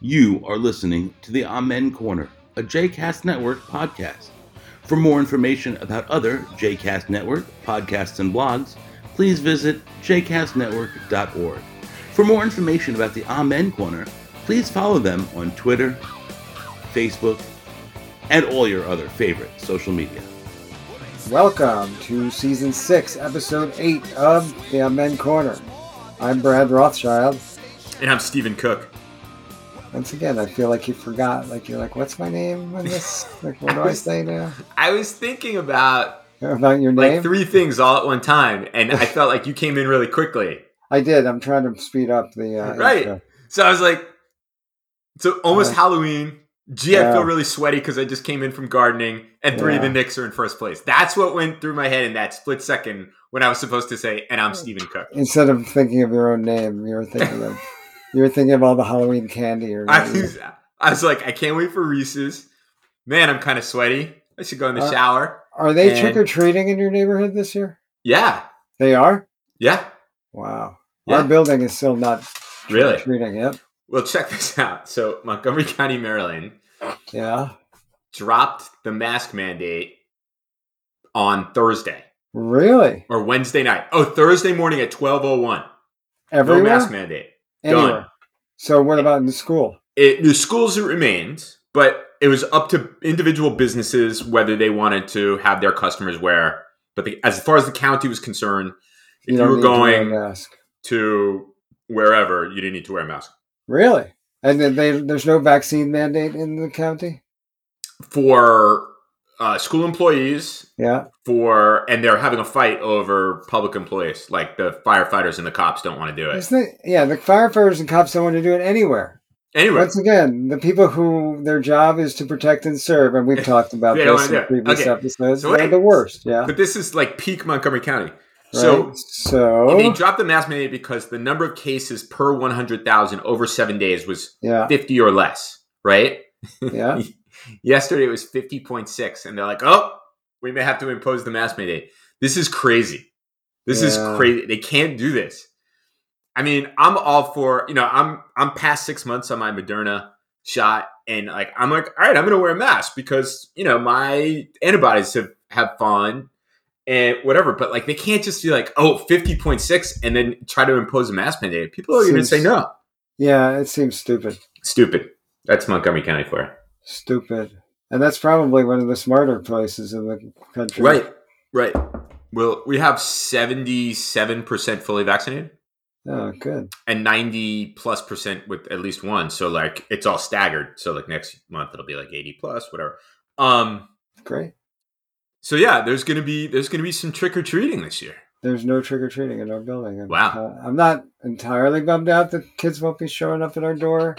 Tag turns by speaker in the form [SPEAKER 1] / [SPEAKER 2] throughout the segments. [SPEAKER 1] You are listening to the Amen Corner, a JCast Network podcast. For more information about other JCast Network podcasts and blogs, please visit jcastnetwork.org. For more information about the Amen Corner, please follow them on Twitter, Facebook, and all your other favorite social media.
[SPEAKER 2] Welcome to season six, episode eight of the Amen Corner. I'm Brad Rothschild.
[SPEAKER 3] And I'm Stephen Cook.
[SPEAKER 2] Once again, I feel like you forgot. Like you're like, what's my name on this? Like, what do I say now
[SPEAKER 3] I was thinking about
[SPEAKER 2] about your
[SPEAKER 3] like
[SPEAKER 2] name?
[SPEAKER 3] three things all at one time, and I felt like you came in really quickly.
[SPEAKER 2] I did. I'm trying to speed up the uh,
[SPEAKER 3] Right.
[SPEAKER 2] intro.
[SPEAKER 3] So I was like, so almost
[SPEAKER 2] Uh,
[SPEAKER 3] Halloween. Gee, I
[SPEAKER 2] yeah.
[SPEAKER 3] feel really sweaty because I just came in from gardening, and three of the
[SPEAKER 2] Yeah.
[SPEAKER 3] Knicks are in first place. That's what went through my head in that split second when I was supposed to say, "And I'm Stephen Cook."
[SPEAKER 2] Instead of thinking of your own name, you were thinking of you were thinking of all the Halloween candy or
[SPEAKER 3] I
[SPEAKER 2] whatever.
[SPEAKER 3] was, I was like, I can't wait for Reese's. Man, I'm kind of sweaty. I should go in the
[SPEAKER 2] Uh,
[SPEAKER 3] shower.
[SPEAKER 2] Are they
[SPEAKER 3] and-
[SPEAKER 2] trick or treating in your neighborhood this year?
[SPEAKER 3] Yeah,
[SPEAKER 2] They are.
[SPEAKER 3] yeah,
[SPEAKER 2] Wow.
[SPEAKER 3] yeah.
[SPEAKER 2] Our building is still not
[SPEAKER 3] really.
[SPEAKER 2] treating it.
[SPEAKER 3] Well, check this out. So Montgomery County, Maryland,
[SPEAKER 2] Yeah.
[SPEAKER 3] dropped the mask mandate on Thursday
[SPEAKER 2] Really?
[SPEAKER 3] or Wednesday night. Oh, Thursday morning at 12:01. No
[SPEAKER 2] Everywhere?
[SPEAKER 3] mask mandate.
[SPEAKER 2] Anywhere.
[SPEAKER 3] Done.
[SPEAKER 2] So what about in the school?
[SPEAKER 3] It, the schools remained, but it was up to individual businesses whether they wanted to have their customers wear. But the, as far as the county was concerned, if you
[SPEAKER 2] don't
[SPEAKER 3] were
[SPEAKER 2] need to wear a
[SPEAKER 3] going
[SPEAKER 2] mask.
[SPEAKER 3] to wherever, you didn't need to wear a mask.
[SPEAKER 2] Really? And then they, there's no vaccine mandate in the county?
[SPEAKER 3] For uh, school employees,
[SPEAKER 2] Yeah.
[SPEAKER 3] for and they're having a fight over public employees like the firefighters and the cops don't want to do it
[SPEAKER 2] Isn't it? Yeah, the firefighters and cops don't want to do it anywhere.
[SPEAKER 3] anyway
[SPEAKER 2] Once again, the people who their job is to protect and serve, and we've talked about
[SPEAKER 3] They don't
[SPEAKER 2] this
[SPEAKER 3] wanna
[SPEAKER 2] in
[SPEAKER 3] do it.
[SPEAKER 2] previous
[SPEAKER 3] Okay.
[SPEAKER 2] episodes,
[SPEAKER 3] So
[SPEAKER 2] they're
[SPEAKER 3] wait.
[SPEAKER 2] the worst. Yeah.
[SPEAKER 3] but this is like peak montgomery county
[SPEAKER 2] Right? Oh.
[SPEAKER 3] so they
[SPEAKER 2] so
[SPEAKER 3] dropped the mask mandate because the number of cases per 100000 over seven days was
[SPEAKER 2] yeah,
[SPEAKER 3] 50 or less right
[SPEAKER 2] yeah,
[SPEAKER 3] yesterday it was 50.6 and they're like oh we may have to impose the mask mandate this is crazy this
[SPEAKER 2] Yeah.
[SPEAKER 3] is crazy they can't do this i mean i'm all for you know i'm i'm past six months on my moderna shot and like i'm like all right i'm gonna wear a mask because you know my antibodies have have fallen and whatever but like they can't just be like oh 50.6 and then try to impose a mask mandate people are gonna
[SPEAKER 2] Seems-
[SPEAKER 3] say no
[SPEAKER 2] yeah. It seems stupid,
[SPEAKER 3] stupid that's montgomery county for you.
[SPEAKER 2] stupid, and that's probably one of the smarter places in the country.
[SPEAKER 3] Right, right. Well, we have seventy-seven percent fully vaccinated
[SPEAKER 2] Oh, good.
[SPEAKER 3] and ninety plus percent with at least one. So like it's all staggered. So like next month it'll be like eighty plus, whatever. Um.
[SPEAKER 2] Great.
[SPEAKER 3] So yeah, there's gonna be there's gonna be some trick or treating this year.
[SPEAKER 2] There's no trick or treating in our building. And,
[SPEAKER 3] Wow.
[SPEAKER 2] uh, I'm not entirely bummed out that kids won't be showing up at our door.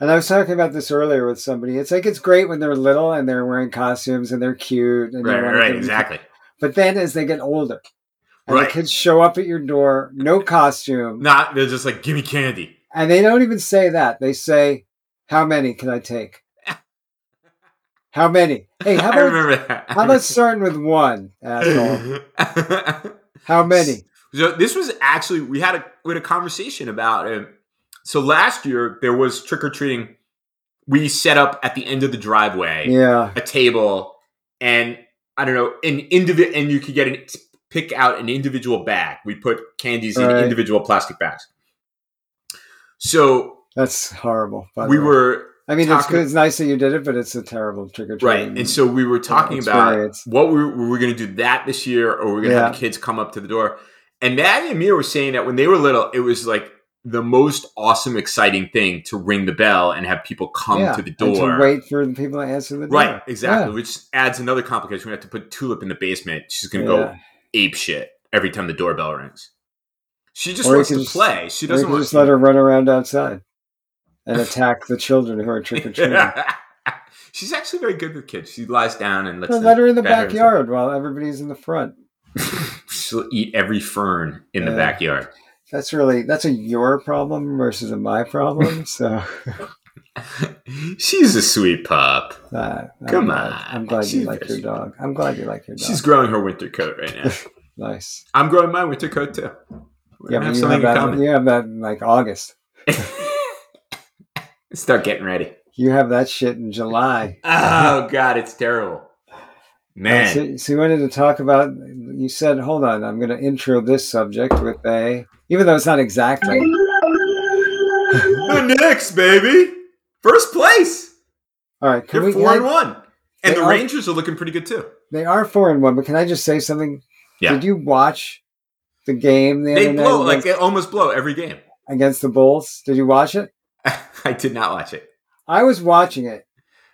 [SPEAKER 2] And I was talking about this earlier with somebody. It's like it's great when they're little and they're wearing costumes and they're cute. And you
[SPEAKER 3] Right,
[SPEAKER 2] want
[SPEAKER 3] right,
[SPEAKER 2] them
[SPEAKER 3] right,
[SPEAKER 2] to-
[SPEAKER 3] exactly.
[SPEAKER 2] But then as they get older, and
[SPEAKER 3] Right.
[SPEAKER 2] the kids show up at your door, no costume,
[SPEAKER 3] Not they're just like give me candy.
[SPEAKER 2] and they don't even say that. They say, "How many can I take? How many? Hey, how
[SPEAKER 3] I
[SPEAKER 2] about
[SPEAKER 3] remember that.
[SPEAKER 2] how about starting with one, asshole? How many?
[SPEAKER 3] So this was actually we had a we had a conversation about it. So last year there was trick or treating. We set up at the end of the driveway
[SPEAKER 2] Yeah,
[SPEAKER 3] a table, and I don't know an individual, and you could get an, pick out an individual bag. We put candies in
[SPEAKER 2] Right.
[SPEAKER 3] individual plastic bags. So
[SPEAKER 2] that's horrible. by the
[SPEAKER 3] we
[SPEAKER 2] way.
[SPEAKER 3] were
[SPEAKER 2] I mean, it's
[SPEAKER 3] talking-
[SPEAKER 2] good. It's nice that you did it, but it's a terrible trick or
[SPEAKER 3] right,
[SPEAKER 2] treating.
[SPEAKER 3] and so we were talking about
[SPEAKER 2] experience.
[SPEAKER 3] what we were we going to do that this year, or we're going to have the kids come up to the door. And Maddie and Mia were saying that when they were little, it was like the most awesome, exciting thing to ring the bell and have people come
[SPEAKER 2] Yeah,
[SPEAKER 3] to the
[SPEAKER 2] and
[SPEAKER 3] door.
[SPEAKER 2] to wait for the people to answer the door.
[SPEAKER 3] right, exactly. Which adds another complication. We have to put Tulip in the basement. She's going to go
[SPEAKER 2] Yeah.
[SPEAKER 3] ape shit every time the doorbell rings. She just
[SPEAKER 2] Or you
[SPEAKER 3] wants
[SPEAKER 2] could
[SPEAKER 3] to
[SPEAKER 2] just-
[SPEAKER 3] play. She
[SPEAKER 2] Or you
[SPEAKER 3] doesn't
[SPEAKER 2] can
[SPEAKER 3] want
[SPEAKER 2] just let her run around outside and attack the children who are trick or treating.
[SPEAKER 3] She's actually very good with kids. She lies down and lets them
[SPEAKER 2] Let her in the
[SPEAKER 3] pet and stuff.
[SPEAKER 2] backyard while everybody's in the front.
[SPEAKER 3] She'll eat every fern in the
[SPEAKER 2] Yeah.
[SPEAKER 3] backyard.
[SPEAKER 2] That's really that's a your problem versus a my problem. So
[SPEAKER 3] She's a sweet pup.
[SPEAKER 2] uh, I'm
[SPEAKER 3] Come
[SPEAKER 2] glad,
[SPEAKER 3] on.
[SPEAKER 2] I'm glad you
[SPEAKER 3] She's
[SPEAKER 2] like your
[SPEAKER 3] very-
[SPEAKER 2] dog. I'm glad you like your dog.
[SPEAKER 3] She's growing her winter coat right now.
[SPEAKER 2] nice.
[SPEAKER 3] I'm growing my winter coat too. We're
[SPEAKER 2] Yeah,
[SPEAKER 3] gonna
[SPEAKER 2] but
[SPEAKER 3] have
[SPEAKER 2] you
[SPEAKER 3] something
[SPEAKER 2] have
[SPEAKER 3] in
[SPEAKER 2] that.
[SPEAKER 3] common.
[SPEAKER 2] You have that in like August.
[SPEAKER 3] Start getting ready.
[SPEAKER 2] You have that shit in July.
[SPEAKER 3] Oh God, it's terrible. Man,
[SPEAKER 2] So, so you wanted to talk about. You said, "Hold on, I'm going to intro this subject with a," even though it's not exactly.
[SPEAKER 3] the Knicks, baby, first place.
[SPEAKER 2] All right, can
[SPEAKER 3] They're
[SPEAKER 2] we?
[SPEAKER 3] four and
[SPEAKER 2] can I-
[SPEAKER 3] one, and
[SPEAKER 2] They
[SPEAKER 3] the
[SPEAKER 2] are-
[SPEAKER 3] Rangers are looking pretty good too.
[SPEAKER 2] They are four and one, but can I just say something?
[SPEAKER 3] Yeah.
[SPEAKER 2] Did you watch the game the
[SPEAKER 3] They
[SPEAKER 2] other
[SPEAKER 3] blow
[SPEAKER 2] night
[SPEAKER 3] like
[SPEAKER 2] against,
[SPEAKER 3] they almost blow every game.
[SPEAKER 2] against the Bulls? Did you watch it?
[SPEAKER 3] I did not watch it.
[SPEAKER 2] I was watching it.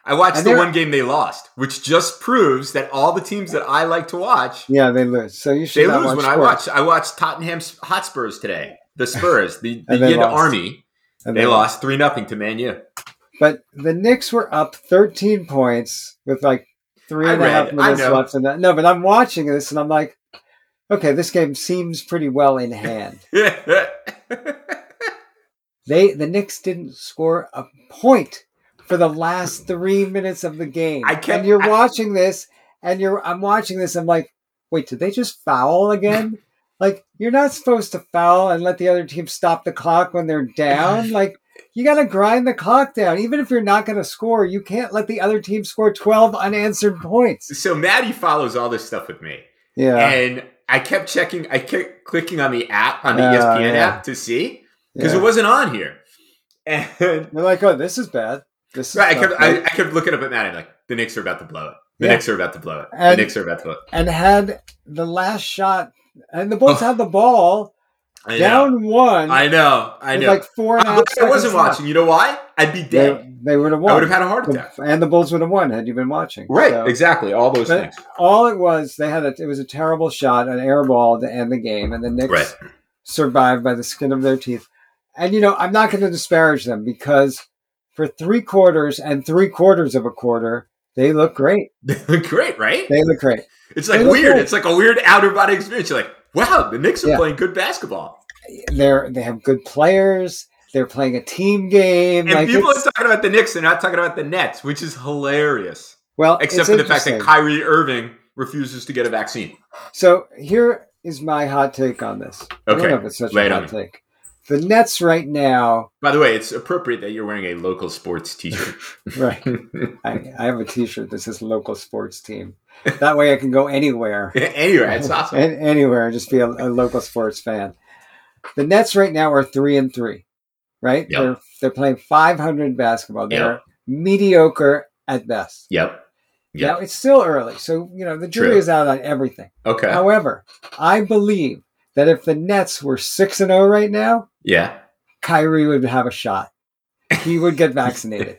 [SPEAKER 3] I watched
[SPEAKER 2] And
[SPEAKER 3] the
[SPEAKER 2] they're-
[SPEAKER 3] one game they lost, which just proves that all the teams that I like to watch,
[SPEAKER 2] Yeah, they lose. So you should
[SPEAKER 3] they
[SPEAKER 2] not
[SPEAKER 3] lose
[SPEAKER 2] watch
[SPEAKER 3] when I
[SPEAKER 2] sports.
[SPEAKER 3] watch. I watched Tottenham Hotspurs today. The Spurs, the, the
[SPEAKER 2] And they
[SPEAKER 3] Yin
[SPEAKER 2] lost.
[SPEAKER 3] Army,
[SPEAKER 2] And
[SPEAKER 3] they lost three nothing to Man U.
[SPEAKER 2] But the Knicks were up 13 points with like three
[SPEAKER 3] I
[SPEAKER 2] and a half
[SPEAKER 3] read, I
[SPEAKER 2] minutes
[SPEAKER 3] know.
[SPEAKER 2] left. In that. No, but I'm watching this and I'm like, okay, this game seems pretty well in hand. They the Knicks didn't score a point for the last three minutes of the game.
[SPEAKER 3] I kept-
[SPEAKER 2] and you're
[SPEAKER 3] I-
[SPEAKER 2] watching this, and you're I'm watching this. I'm like, wait, did they just foul again? like you're not supposed to foul and let the other team stop the clock when they're down. Like you got to grind the clock down, even if you're not going to score. You can't let the other team score 12 unanswered points.
[SPEAKER 3] so Maddie follows all this stuff with me,
[SPEAKER 2] Yeah,
[SPEAKER 3] and I kept checking. I kept clicking on the app on the E
[SPEAKER 2] Oh,
[SPEAKER 3] ESPN
[SPEAKER 2] yeah.
[SPEAKER 3] app to see because
[SPEAKER 2] yeah.
[SPEAKER 3] it wasn't on here. And
[SPEAKER 2] you're like, oh, this is bad. This is
[SPEAKER 3] right, I
[SPEAKER 2] not
[SPEAKER 3] kept, I,
[SPEAKER 2] good.
[SPEAKER 3] I kept looking up at Maddie like the Knicks are about to blow it. The
[SPEAKER 2] Yeah.
[SPEAKER 3] Knicks are about to blow it.
[SPEAKER 2] And-
[SPEAKER 3] the Knicks are about to blow it.
[SPEAKER 2] and had the last shot, and the Bulls
[SPEAKER 3] Oh.
[SPEAKER 2] had the ball.
[SPEAKER 3] I know.
[SPEAKER 2] down one.
[SPEAKER 3] I know. I
[SPEAKER 2] with
[SPEAKER 3] know.
[SPEAKER 2] Like four and a
[SPEAKER 3] I,
[SPEAKER 2] half
[SPEAKER 3] wish I wasn't
[SPEAKER 2] seconds left.
[SPEAKER 3] watching. You know why? I'd be dead.
[SPEAKER 2] They, would have
[SPEAKER 3] I would
[SPEAKER 2] won.
[SPEAKER 3] have had a heart
[SPEAKER 2] The-
[SPEAKER 3] attack.
[SPEAKER 2] and the Bulls would have won had you been watching.
[SPEAKER 3] Right.
[SPEAKER 2] So,
[SPEAKER 3] Exactly. All those
[SPEAKER 2] But-
[SPEAKER 3] things.
[SPEAKER 2] All it was, they had a, it was a terrible shot, an air ball to end the game, and the Knicks
[SPEAKER 3] Right.
[SPEAKER 2] survived by the skin of their teeth. And you know, I'm not going to disparage them because for three quarters and three quarters of a quarter, they look great.
[SPEAKER 3] Great. Right.
[SPEAKER 2] They look great.
[SPEAKER 3] It's like
[SPEAKER 2] they look
[SPEAKER 3] weird.
[SPEAKER 2] good.
[SPEAKER 3] It's like a weird outer body experience. You're like, wow, the Knicks are
[SPEAKER 2] Yeah.
[SPEAKER 3] playing good basketball,
[SPEAKER 2] They're they have good players. They're playing a team game.
[SPEAKER 3] and
[SPEAKER 2] like
[SPEAKER 3] people are
[SPEAKER 2] it's-
[SPEAKER 3] talking about the Knicks. They're not talking about the Nets, which is hilarious.
[SPEAKER 2] well,
[SPEAKER 3] Except
[SPEAKER 2] it's
[SPEAKER 3] for the fact that
[SPEAKER 2] interesting.
[SPEAKER 3] Kyrie Irving refuses to get a vaccine.
[SPEAKER 2] So here is my hot take on this. I
[SPEAKER 3] Okay,
[SPEAKER 2] don't know if it's such
[SPEAKER 3] lay it
[SPEAKER 2] a
[SPEAKER 3] on
[SPEAKER 2] hot
[SPEAKER 3] me.
[SPEAKER 2] take. The Nets right now,
[SPEAKER 3] By the way, it's appropriate that you're wearing a local sports T-shirt.
[SPEAKER 2] right? I, I have a T-shirt that says "Local Sports Team." That way, I can go anywhere,
[SPEAKER 3] anyway, it's awesome.
[SPEAKER 2] and anywhere, and just be a, a local sports fan. The Nets right now are three and three, right?
[SPEAKER 3] Yep.
[SPEAKER 2] They're they're playing 500 basketball. They're
[SPEAKER 3] Yep.
[SPEAKER 2] mediocre at best.
[SPEAKER 3] yep. Yep.
[SPEAKER 2] Now it's still early, so you know the jury
[SPEAKER 3] True.
[SPEAKER 2] is out on everything.
[SPEAKER 3] Okay.
[SPEAKER 2] However, I believe that if the Nets were six and zero right now,
[SPEAKER 3] Yeah.
[SPEAKER 2] Kyrie would have a shot. He would get vaccinated.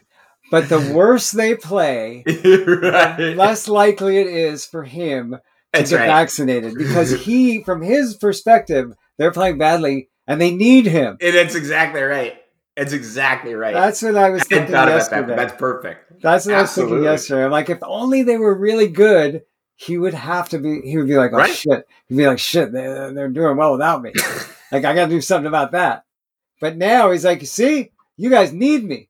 [SPEAKER 2] but the worse they play,
[SPEAKER 3] right.
[SPEAKER 2] less likely it is for him to
[SPEAKER 3] That's
[SPEAKER 2] get
[SPEAKER 3] right.
[SPEAKER 2] vaccinated because he, from his perspective, they're playing badly and they need him.
[SPEAKER 3] And that's exactly right. That's exactly right.
[SPEAKER 2] That's what I was
[SPEAKER 3] I hadn't
[SPEAKER 2] thinking
[SPEAKER 3] thought about that,
[SPEAKER 2] yesterday.
[SPEAKER 3] but that's perfect.
[SPEAKER 2] That's what I was
[SPEAKER 3] Absolutely.
[SPEAKER 2] thinking yesterday. I'm like, if only they were really good, he would have to be. He would be like, oh
[SPEAKER 3] Right.
[SPEAKER 2] shit. He'd be like, shit. They, they're doing well without me. like I got to do something about that. But now he's like, see, you guys need me.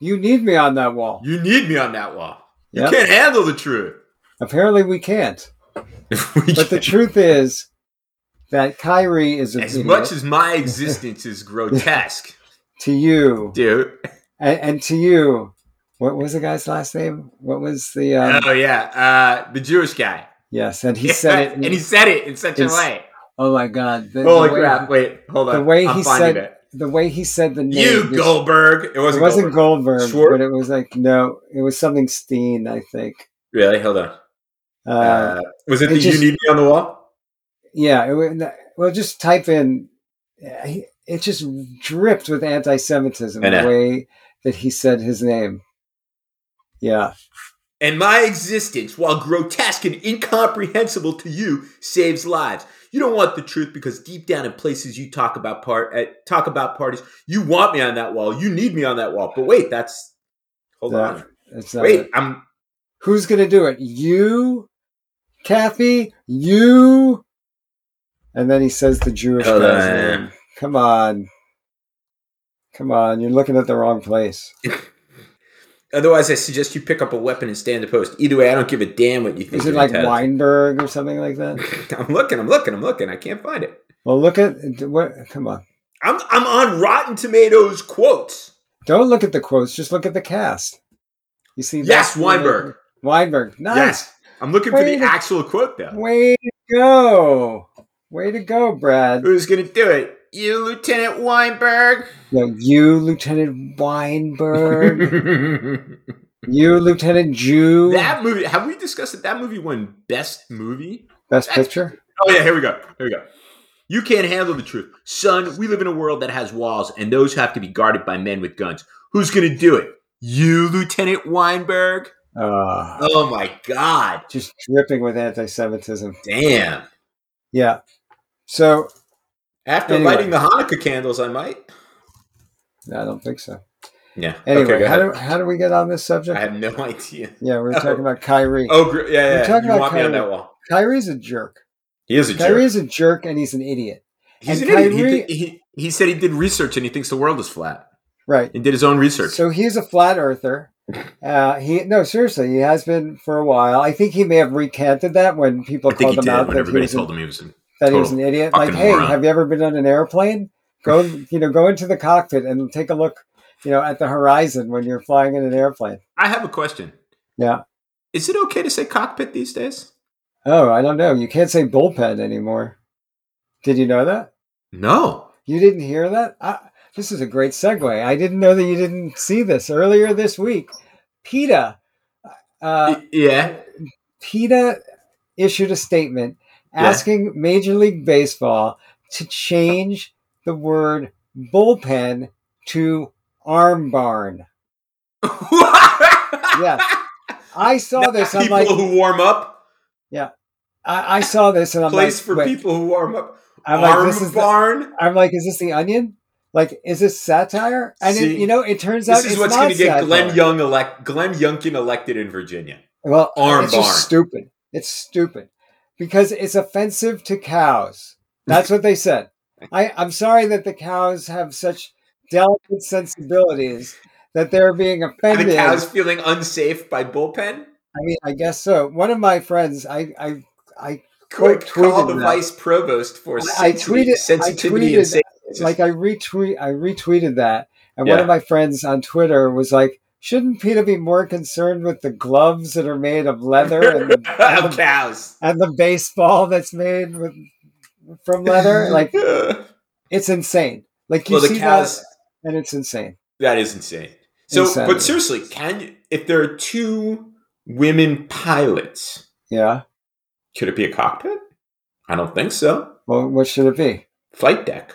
[SPEAKER 2] You need me on that wall.
[SPEAKER 3] You need me on that wall. You
[SPEAKER 2] Yep.
[SPEAKER 3] can't handle the truth.
[SPEAKER 2] Apparently, we can't.
[SPEAKER 3] We
[SPEAKER 2] But the
[SPEAKER 3] can't.
[SPEAKER 2] truth is that Kyrie is an
[SPEAKER 3] as
[SPEAKER 2] idiot
[SPEAKER 3] much as my existence is grotesque,
[SPEAKER 2] to you,
[SPEAKER 3] dude.
[SPEAKER 2] and, and to you. What was the guy's last name? What was the? Um,
[SPEAKER 3] oh yeah, uh, the Jewish guy.
[SPEAKER 2] yes, and he said it.
[SPEAKER 3] and he said it in such a
[SPEAKER 2] It's-
[SPEAKER 3] way.
[SPEAKER 2] oh my god! The,
[SPEAKER 3] Holy
[SPEAKER 2] the way-
[SPEAKER 3] crap! Wait, hold on.
[SPEAKER 2] the way
[SPEAKER 3] I'm
[SPEAKER 2] he
[SPEAKER 3] finding
[SPEAKER 2] said
[SPEAKER 3] it.
[SPEAKER 2] the way he said the name.
[SPEAKER 3] You
[SPEAKER 2] was-
[SPEAKER 3] Goldberg. It
[SPEAKER 2] It
[SPEAKER 3] wasn't,
[SPEAKER 2] wasn't
[SPEAKER 3] Goldberg.
[SPEAKER 2] Goldberg,
[SPEAKER 3] Schwartz?
[SPEAKER 2] but it was like no, it was something Steen, I think.
[SPEAKER 3] really? Hold on.
[SPEAKER 2] Uh,
[SPEAKER 3] Uh, was it
[SPEAKER 2] it
[SPEAKER 3] the
[SPEAKER 2] just-
[SPEAKER 3] you need me on the wall?
[SPEAKER 2] yeah, it, wa- well, just type in. yeah, he- It just dripped with anti-Semitism
[SPEAKER 3] I
[SPEAKER 2] the
[SPEAKER 3] know.
[SPEAKER 2] way that he said his name. Yeah,
[SPEAKER 3] And my existence, while grotesque and incomprehensible to you, saves lives. You don't want the truth because deep down in places you talk about part at talk about parties, you want me on that wall. You need me on that wall. But wait, that's hold
[SPEAKER 2] Yeah.
[SPEAKER 3] on.
[SPEAKER 2] it's not
[SPEAKER 3] Wait,
[SPEAKER 2] it.
[SPEAKER 3] I'm
[SPEAKER 2] who's gonna do it? You, Kathy, you. And then he says the Jewish
[SPEAKER 3] Hold
[SPEAKER 2] guy's
[SPEAKER 3] on.
[SPEAKER 2] name. Come on, come on! You're looking at the wrong place.
[SPEAKER 3] Otherwise, I suggest you pick up a weapon and stay in the post. Either way, I don't give a damn what you think.
[SPEAKER 2] Is it
[SPEAKER 3] of
[SPEAKER 2] like
[SPEAKER 3] Nintendo.
[SPEAKER 2] Weinberg or something like that?
[SPEAKER 3] I'm looking, I'm looking, I'm looking. I can't find it.
[SPEAKER 2] Well, look at what. Come on,
[SPEAKER 3] I'm I'm on Rotten Tomatoes quotes.
[SPEAKER 2] Don't look at the quotes. Just look at the cast. You see?
[SPEAKER 3] Yes,
[SPEAKER 2] that's-
[SPEAKER 3] Weinberg.
[SPEAKER 2] Weinberg. Nice.
[SPEAKER 3] Yes. I'm looking for
[SPEAKER 2] Way
[SPEAKER 3] the
[SPEAKER 2] to-
[SPEAKER 3] actual quote though.
[SPEAKER 2] Way to go. Way to go, Brad.
[SPEAKER 3] Who's gonna do it? You, Lieutenant Weinberg.
[SPEAKER 2] No, you, Lieutenant Weinberg.
[SPEAKER 3] that
[SPEAKER 2] you, Lieutenant Jew.
[SPEAKER 3] movie. Have we discussed that that movie won best movie?
[SPEAKER 2] Best
[SPEAKER 3] that's-
[SPEAKER 2] picture.
[SPEAKER 3] Oh yeah, here we go. Here we go. You can't handle the truth, son. We live in a world that has walls, and those have to be guarded by men with guns. Who's gonna do it? You, Lieutenant Weinberg.
[SPEAKER 2] Uh,
[SPEAKER 3] Oh my God,
[SPEAKER 2] just dripping with anti-Semitism.
[SPEAKER 3] damn!
[SPEAKER 2] Yeah. So
[SPEAKER 3] After
[SPEAKER 2] Anyway.
[SPEAKER 3] lighting the Hanukkah candles, I might.
[SPEAKER 2] I don't think so.
[SPEAKER 3] Yeah.
[SPEAKER 2] Anyway,
[SPEAKER 3] go
[SPEAKER 2] how,
[SPEAKER 3] ahead.
[SPEAKER 2] do, how do we get on this subject?
[SPEAKER 3] I have no idea.
[SPEAKER 2] yeah, we were talking about Kyrie.
[SPEAKER 3] Oh, gr-
[SPEAKER 2] We're
[SPEAKER 3] yeah, yeah.
[SPEAKER 2] talking
[SPEAKER 3] You
[SPEAKER 2] about
[SPEAKER 3] want me on
[SPEAKER 2] Kyrie.
[SPEAKER 3] that wall?
[SPEAKER 2] Kyrie's a jerk.
[SPEAKER 3] He is a
[SPEAKER 2] Kyrie
[SPEAKER 3] jerk.
[SPEAKER 2] is a jerk and he's an idiot.
[SPEAKER 3] He's an
[SPEAKER 2] and
[SPEAKER 3] idiot. He,
[SPEAKER 2] Kyrie-
[SPEAKER 3] did- he, he said he did research and he thinks the world is flat.
[SPEAKER 2] Right.
[SPEAKER 3] He did his own research.
[SPEAKER 2] So he's a flat earther. Uh, he no, seriously, he has been for a while. I think he may have recanted that when people
[SPEAKER 3] I think
[SPEAKER 2] called
[SPEAKER 3] he
[SPEAKER 2] him
[SPEAKER 3] did
[SPEAKER 2] out
[SPEAKER 3] when
[SPEAKER 2] that, he
[SPEAKER 3] everybody
[SPEAKER 2] was,
[SPEAKER 3] told
[SPEAKER 2] an,
[SPEAKER 3] him he was. in-
[SPEAKER 2] that he was an
[SPEAKER 3] total
[SPEAKER 2] idiot. Like,
[SPEAKER 3] fucking
[SPEAKER 2] hey,
[SPEAKER 3] moron.
[SPEAKER 2] have you ever been on an airplane? Go, you know, go into the cockpit and take a look, you know, at the horizon when you're flying in an airplane.
[SPEAKER 3] I have a question.
[SPEAKER 2] Yeah.
[SPEAKER 3] Is it okay to say cockpit these days?
[SPEAKER 2] Oh, I don't know. You can't say bullpen anymore. Did you know that?
[SPEAKER 3] No.
[SPEAKER 2] You didn't hear that? I, this is a great segue. I didn't know that you didn't see this earlier this week. PETA, uh,
[SPEAKER 3] Y- yeah.
[SPEAKER 2] PETA issued a statement
[SPEAKER 3] Yeah.
[SPEAKER 2] asking Major League Baseball to change the word bullpen to arm barn.
[SPEAKER 3] yeah.
[SPEAKER 2] I saw this. I'm
[SPEAKER 3] people
[SPEAKER 2] like,
[SPEAKER 3] who warm up.
[SPEAKER 2] I, I saw this, and I'm
[SPEAKER 3] place
[SPEAKER 2] like,
[SPEAKER 3] for
[SPEAKER 2] wait.
[SPEAKER 3] people who warm up.
[SPEAKER 2] I'm
[SPEAKER 3] Arm
[SPEAKER 2] like, this is. the-
[SPEAKER 3] barn.
[SPEAKER 2] I'm like, is this the Onion? Like, is this satire? And
[SPEAKER 3] See,
[SPEAKER 2] it, you know, it turns out
[SPEAKER 3] This is
[SPEAKER 2] it's
[SPEAKER 3] what's
[SPEAKER 2] not
[SPEAKER 3] going to get
[SPEAKER 2] satire.
[SPEAKER 3] Glenn Young elect Glenn Youngkin elected in Virginia.
[SPEAKER 2] Well,
[SPEAKER 3] Arm
[SPEAKER 2] it's just stupid. It's stupid because it's offensive to cows. That's what they said. I, I'm sorry that the cows have such delicate sensibilities that they're being
[SPEAKER 3] Are
[SPEAKER 2] offended.
[SPEAKER 3] the cows feeling unsafe by bullpen?
[SPEAKER 2] I mean, I guess so. One of my friends, I, I, I Quote
[SPEAKER 3] Quick, call
[SPEAKER 2] tweeted
[SPEAKER 3] the
[SPEAKER 2] that.
[SPEAKER 3] vice provost for
[SPEAKER 2] I- I
[SPEAKER 3] sensitivity,
[SPEAKER 2] tweeted- I
[SPEAKER 3] sensitivity
[SPEAKER 2] tweeted,
[SPEAKER 3] and safety.
[SPEAKER 2] like, I retweet, I retweeted that, and one
[SPEAKER 3] Yeah.
[SPEAKER 2] of my friends on Twitter was like, "Shouldn't Peter be more concerned with the gloves that are made of leather and the
[SPEAKER 3] of cows.
[SPEAKER 2] and the baseball that's made with from leather. Like
[SPEAKER 3] well,
[SPEAKER 2] it's insane. Like you
[SPEAKER 3] the
[SPEAKER 2] see
[SPEAKER 3] cows.
[SPEAKER 2] that, and it's insane.
[SPEAKER 3] That is insane. So,
[SPEAKER 2] Insanity.
[SPEAKER 3] but seriously, can you, if there are two women pilots,
[SPEAKER 2] Yeah.
[SPEAKER 3] could it be a cockpit? I don't think so.
[SPEAKER 2] Well, what should it be?
[SPEAKER 3] Flight deck.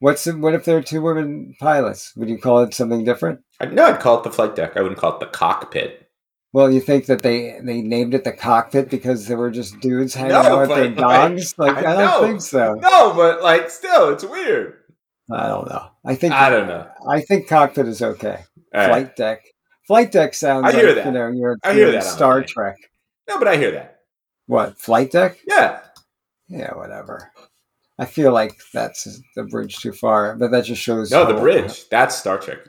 [SPEAKER 2] What's the, what if there are two women pilots? Would you call it something different?
[SPEAKER 3] I, no, I'd call it the flight deck. I wouldn't call it the cockpit.
[SPEAKER 2] Well, you think that they they named it the cockpit because there were just dudes hanging
[SPEAKER 3] No,
[SPEAKER 2] out with
[SPEAKER 3] but-
[SPEAKER 2] their dogs? Like I, don't
[SPEAKER 3] know.
[SPEAKER 2] think so.
[SPEAKER 3] No, but like, still, it's weird.
[SPEAKER 2] I don't know. I think
[SPEAKER 3] I don't know.
[SPEAKER 2] I think cockpit is okay.
[SPEAKER 3] All right.
[SPEAKER 2] Flight deck. Flight deck sounds
[SPEAKER 3] I hear
[SPEAKER 2] like
[SPEAKER 3] that.
[SPEAKER 2] you know you're,
[SPEAKER 3] I hear
[SPEAKER 2] you're
[SPEAKER 3] that on
[SPEAKER 2] Star
[SPEAKER 3] the-
[SPEAKER 2] Trek.
[SPEAKER 3] No, but I hear that.
[SPEAKER 2] What flight deck?
[SPEAKER 3] Yeah.
[SPEAKER 2] Yeah, whatever. I feel like that's the bridge too far, but that just shows.
[SPEAKER 3] No, the
[SPEAKER 2] how-
[SPEAKER 3] bridge. That's Star Trek.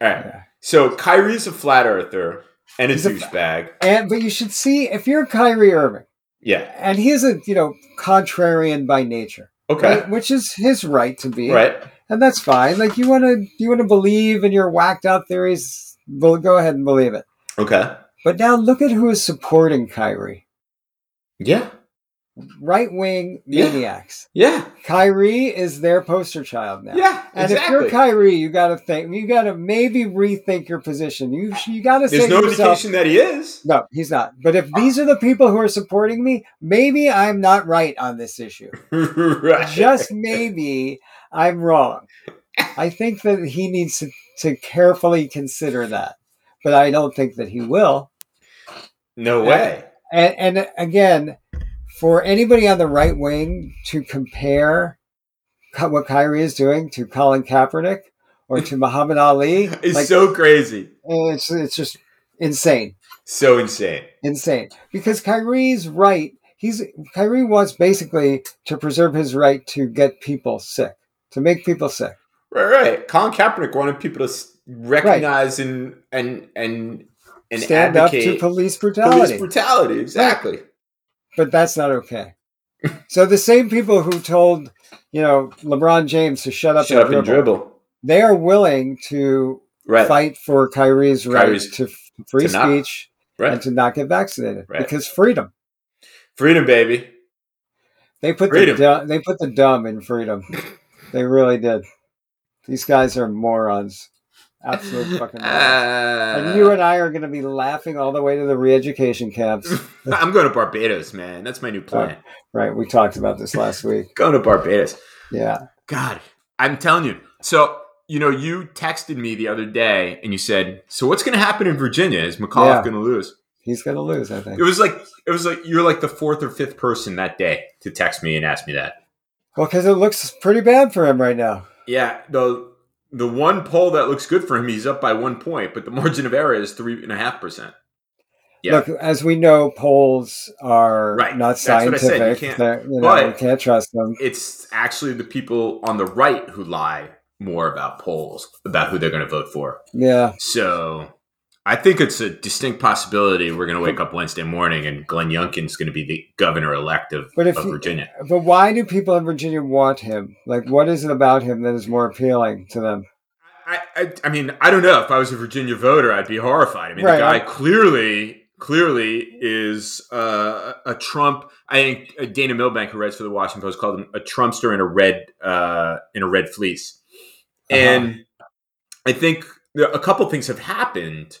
[SPEAKER 3] All right.
[SPEAKER 2] Yeah.
[SPEAKER 3] So Kyrie's a flat earther and a
[SPEAKER 2] He's a-
[SPEAKER 3] douchebag.
[SPEAKER 2] And but you should see if you're Kyrie Irving,
[SPEAKER 3] Yeah.
[SPEAKER 2] and he is a you know contrarian by nature,
[SPEAKER 3] Okay.
[SPEAKER 2] right? Which is his right to be,
[SPEAKER 3] Right.
[SPEAKER 2] and that's fine. Like you want to you want to believe in your whacked out theories, well, go ahead and believe it.
[SPEAKER 3] Okay.
[SPEAKER 2] But now look at who is supporting Kyrie:
[SPEAKER 3] Yeah.
[SPEAKER 2] right wing
[SPEAKER 3] Yeah.
[SPEAKER 2] maniacs.
[SPEAKER 3] Yeah.
[SPEAKER 2] Kyrie is their poster child now.
[SPEAKER 3] Yeah.
[SPEAKER 2] And
[SPEAKER 3] exactly.
[SPEAKER 2] if you're Kyrie, you got to think. You got to maybe rethink your position. You you got to say
[SPEAKER 3] There's
[SPEAKER 2] to
[SPEAKER 3] no
[SPEAKER 2] yourself,
[SPEAKER 3] indication that he is.
[SPEAKER 2] no, he's not. But if these are the people who are supporting me, maybe I'm not right on this issue.
[SPEAKER 3] right.
[SPEAKER 2] Just maybe I'm wrong. I think that he needs to, to carefully consider that, but I don't think that he will.
[SPEAKER 3] no way.
[SPEAKER 2] And, and again, for anybody on the right wing to compare Ky- what Kyrie is doing to Colin Kaepernick or to Muhammad Ali,
[SPEAKER 3] It's
[SPEAKER 2] like,
[SPEAKER 3] so crazy.
[SPEAKER 2] it's it's just insane,
[SPEAKER 3] So insane.
[SPEAKER 2] insane. Because Kyrie's right. He's Kyrie wants basically to preserve his right to get people sick, to make people sick.
[SPEAKER 3] Right, right. Colin Kaepernick wanted people to s- recognize and and and and
[SPEAKER 2] Stand up to
[SPEAKER 3] advocate
[SPEAKER 2] police brutality.
[SPEAKER 3] police brutality. Exactly.
[SPEAKER 2] but that's not okay. so the same people who told, you know, LeBron James to shut up
[SPEAKER 3] Shut up and dribble.
[SPEAKER 2] they are willing to
[SPEAKER 3] Right.
[SPEAKER 2] fight for Kyrie's right
[SPEAKER 3] Kyrie's-
[SPEAKER 2] to f- free
[SPEAKER 3] to not-
[SPEAKER 2] speech
[SPEAKER 3] Right.
[SPEAKER 2] and to not get vaccinated
[SPEAKER 3] Right.
[SPEAKER 2] because freedom.
[SPEAKER 3] Freedom, baby.
[SPEAKER 2] They put
[SPEAKER 3] Freedom.
[SPEAKER 2] the dumb, they put the dumb in freedom. they really did. These guys are morons. Absolute fucking morons. and you
[SPEAKER 3] Uh,
[SPEAKER 2] and I are going to be laughing all the way to the re-education camps.
[SPEAKER 3] I'm going to Barbados, man. That's my new plan.
[SPEAKER 2] right, we talked about this last week.
[SPEAKER 3] Going to Barbados.
[SPEAKER 2] Yeah.
[SPEAKER 3] God, I'm telling you. So, you know, you texted me the other day and you said, So what's going to happen in Virginia? Is McAuliffe
[SPEAKER 2] Yeah.
[SPEAKER 3] going to lose?
[SPEAKER 2] He's going to lose, I think.
[SPEAKER 3] It was like, it was like, you're like the fourth or fifth person that day to text me and ask me that.
[SPEAKER 2] Well, cuz it looks pretty bad for him right now.
[SPEAKER 3] Yeah. The, the one poll that looks good for him, he's up by one point, but the margin of error is three and a half percent. Yeah.
[SPEAKER 2] Look, as we know, polls are
[SPEAKER 3] Right.
[SPEAKER 2] not
[SPEAKER 3] That's what I said. You
[SPEAKER 2] scientific.
[SPEAKER 3] can't-
[SPEAKER 2] They're- you know,
[SPEAKER 3] but-
[SPEAKER 2] you can't trust them.
[SPEAKER 3] It's actually the people on the right who lie more about polls, about who they're going to vote for.
[SPEAKER 2] Yeah.
[SPEAKER 3] So I think it's a distinct possibility we're going to wake up Wednesday morning and Glenn Youngkin's going to be the governor elect of,
[SPEAKER 2] But if
[SPEAKER 3] of
[SPEAKER 2] you-
[SPEAKER 3] Virginia.
[SPEAKER 2] But why do people in Virginia want him? Like, what is it about him that is more appealing to them?
[SPEAKER 3] I, I, I mean, I don't know. If I was a Virginia voter, I'd be horrified. I mean,
[SPEAKER 2] Right,
[SPEAKER 3] the guy
[SPEAKER 2] I-
[SPEAKER 3] clearly, clearly is uh, a Trump. I think uh, Dana Milbank, who writes for the Washington Post, called him a Trumpster in a red uh, in a red fleece.
[SPEAKER 2] Uh-huh.
[SPEAKER 3] And I think there, a couple things have happened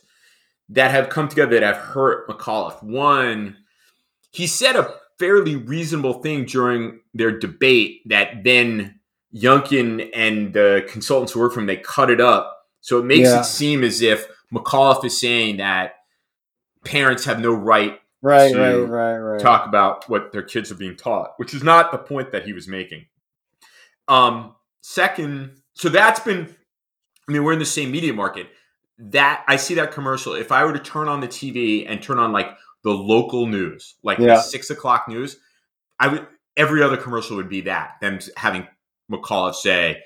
[SPEAKER 3] that have come together that have hurt McAuliffe. One, he said a fairly reasonable thing during their debate that then Youngkin and the consultants who work for him, they cut it up. So it makes
[SPEAKER 2] Yeah.
[SPEAKER 3] it seem as if McAuliffe is saying that parents have no right
[SPEAKER 2] Right,
[SPEAKER 3] to
[SPEAKER 2] right, right, right.
[SPEAKER 3] talk about what their kids are being taught, which is not the point that he was making. Um, second, so that's been, I mean, we're in the same media market. That I see that commercial. If I were to turn on the TV and turn on like the local news, like
[SPEAKER 2] Yeah.
[SPEAKER 3] the six o'clock news, I would every other commercial would be that them having McAuliffe say,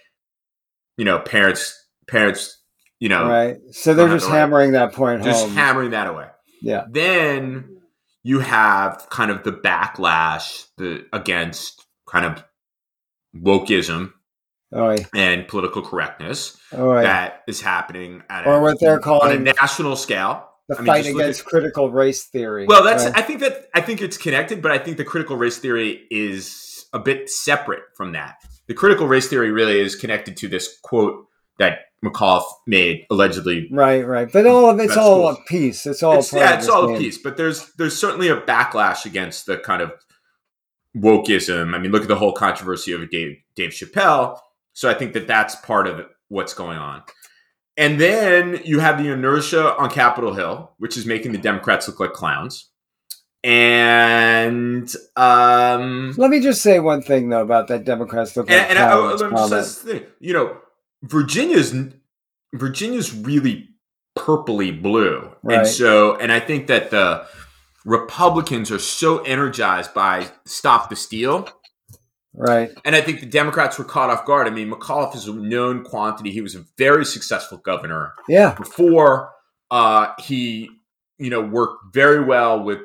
[SPEAKER 3] you know, parents, parents, you know,
[SPEAKER 2] right. So they're
[SPEAKER 3] Don't have
[SPEAKER 2] just
[SPEAKER 3] the right-
[SPEAKER 2] hammering that point
[SPEAKER 3] just
[SPEAKER 2] home.
[SPEAKER 3] hammering that away.
[SPEAKER 2] Um, Yeah.
[SPEAKER 3] Then you have kind of the backlash the, against kind of wokeism
[SPEAKER 2] oh,
[SPEAKER 3] and political correctness
[SPEAKER 2] oh,
[SPEAKER 3] that is happening at
[SPEAKER 2] Or
[SPEAKER 3] a,
[SPEAKER 2] what they're
[SPEAKER 3] on a
[SPEAKER 2] calling
[SPEAKER 3] national scale.
[SPEAKER 2] the
[SPEAKER 3] I mean,
[SPEAKER 2] fight
[SPEAKER 3] just look
[SPEAKER 2] against critical race theory.
[SPEAKER 3] Well, that's
[SPEAKER 2] right?
[SPEAKER 3] I think that I think it's connected, but I think the critical race theory is a bit separate from that. The critical race theory really is connected to this quote that McAuliffe made allegedly
[SPEAKER 2] right, right. But all of it's
[SPEAKER 3] That's
[SPEAKER 2] all
[SPEAKER 3] cool.
[SPEAKER 2] a piece. It's all
[SPEAKER 3] it's,
[SPEAKER 2] part
[SPEAKER 3] yeah,
[SPEAKER 2] of
[SPEAKER 3] it's
[SPEAKER 2] this
[SPEAKER 3] all a
[SPEAKER 2] game.
[SPEAKER 3] piece, but there's there's certainly a backlash against the kind of wokeism. I mean, look at the whole controversy over Dave Dave Chappelle. So I think that that's part of what's going on. And then you have the inertia on Capitol Hill, which is making the Democrats look like clowns. And um,
[SPEAKER 2] Let me just say one thing though about that Democrats look like
[SPEAKER 3] and, and I, I,
[SPEAKER 2] cowards
[SPEAKER 3] let me just say
[SPEAKER 2] comment.
[SPEAKER 3] this thing. You know, Virginia's Virginia's really purpley blue,
[SPEAKER 2] Right.
[SPEAKER 3] and so and I think that the Republicans are so energized by stop the steal,
[SPEAKER 2] right,
[SPEAKER 3] and I think the Democrats were caught off guard. I mean, McAuliffe is a known quantity; he was a very successful governor
[SPEAKER 2] yeah,
[SPEAKER 3] before uh, he you know worked very well with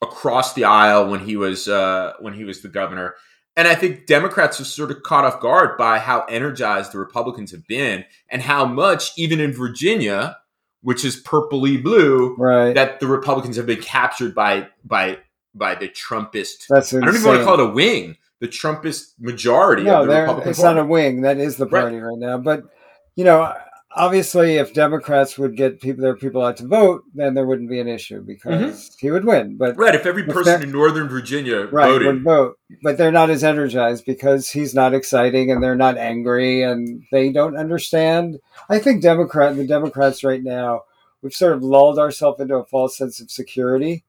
[SPEAKER 3] across the aisle when he was uh, when he was the governor and i think democrats are sort of caught off guard by how energized the republicans have been and how much even in virginia which is purpley blue
[SPEAKER 2] right.
[SPEAKER 3] that the republicans have been captured by by by the trumpist
[SPEAKER 2] that's
[SPEAKER 3] i don't even want to call it a wing the trumpist majority
[SPEAKER 2] No,
[SPEAKER 3] of the
[SPEAKER 2] they're-
[SPEAKER 3] republican
[SPEAKER 2] it's
[SPEAKER 3] Party.
[SPEAKER 2] not a wing. That is the
[SPEAKER 3] Right.
[SPEAKER 2] party right. now. But you know, obviously, if Democrats would get people their people out to vote, then there wouldn't be an issue
[SPEAKER 3] Mm-hmm.
[SPEAKER 2] because he would win. But
[SPEAKER 3] right if every
[SPEAKER 2] If
[SPEAKER 3] person
[SPEAKER 2] that-
[SPEAKER 3] in northern virginia
[SPEAKER 2] right
[SPEAKER 3] voted
[SPEAKER 2] would vote, but they're not as energized because he's not exciting and they're not angry and they don't understand. I think Democrat the Democrats right now we've sort of lulled ourselves into a false sense of security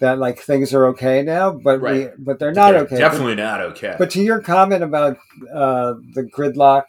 [SPEAKER 2] that like things are okay now, but
[SPEAKER 3] Right.
[SPEAKER 2] we but they're not
[SPEAKER 3] They're
[SPEAKER 2] okay. But-
[SPEAKER 3] Definitely not okay.
[SPEAKER 2] But to your comment about uh, the gridlock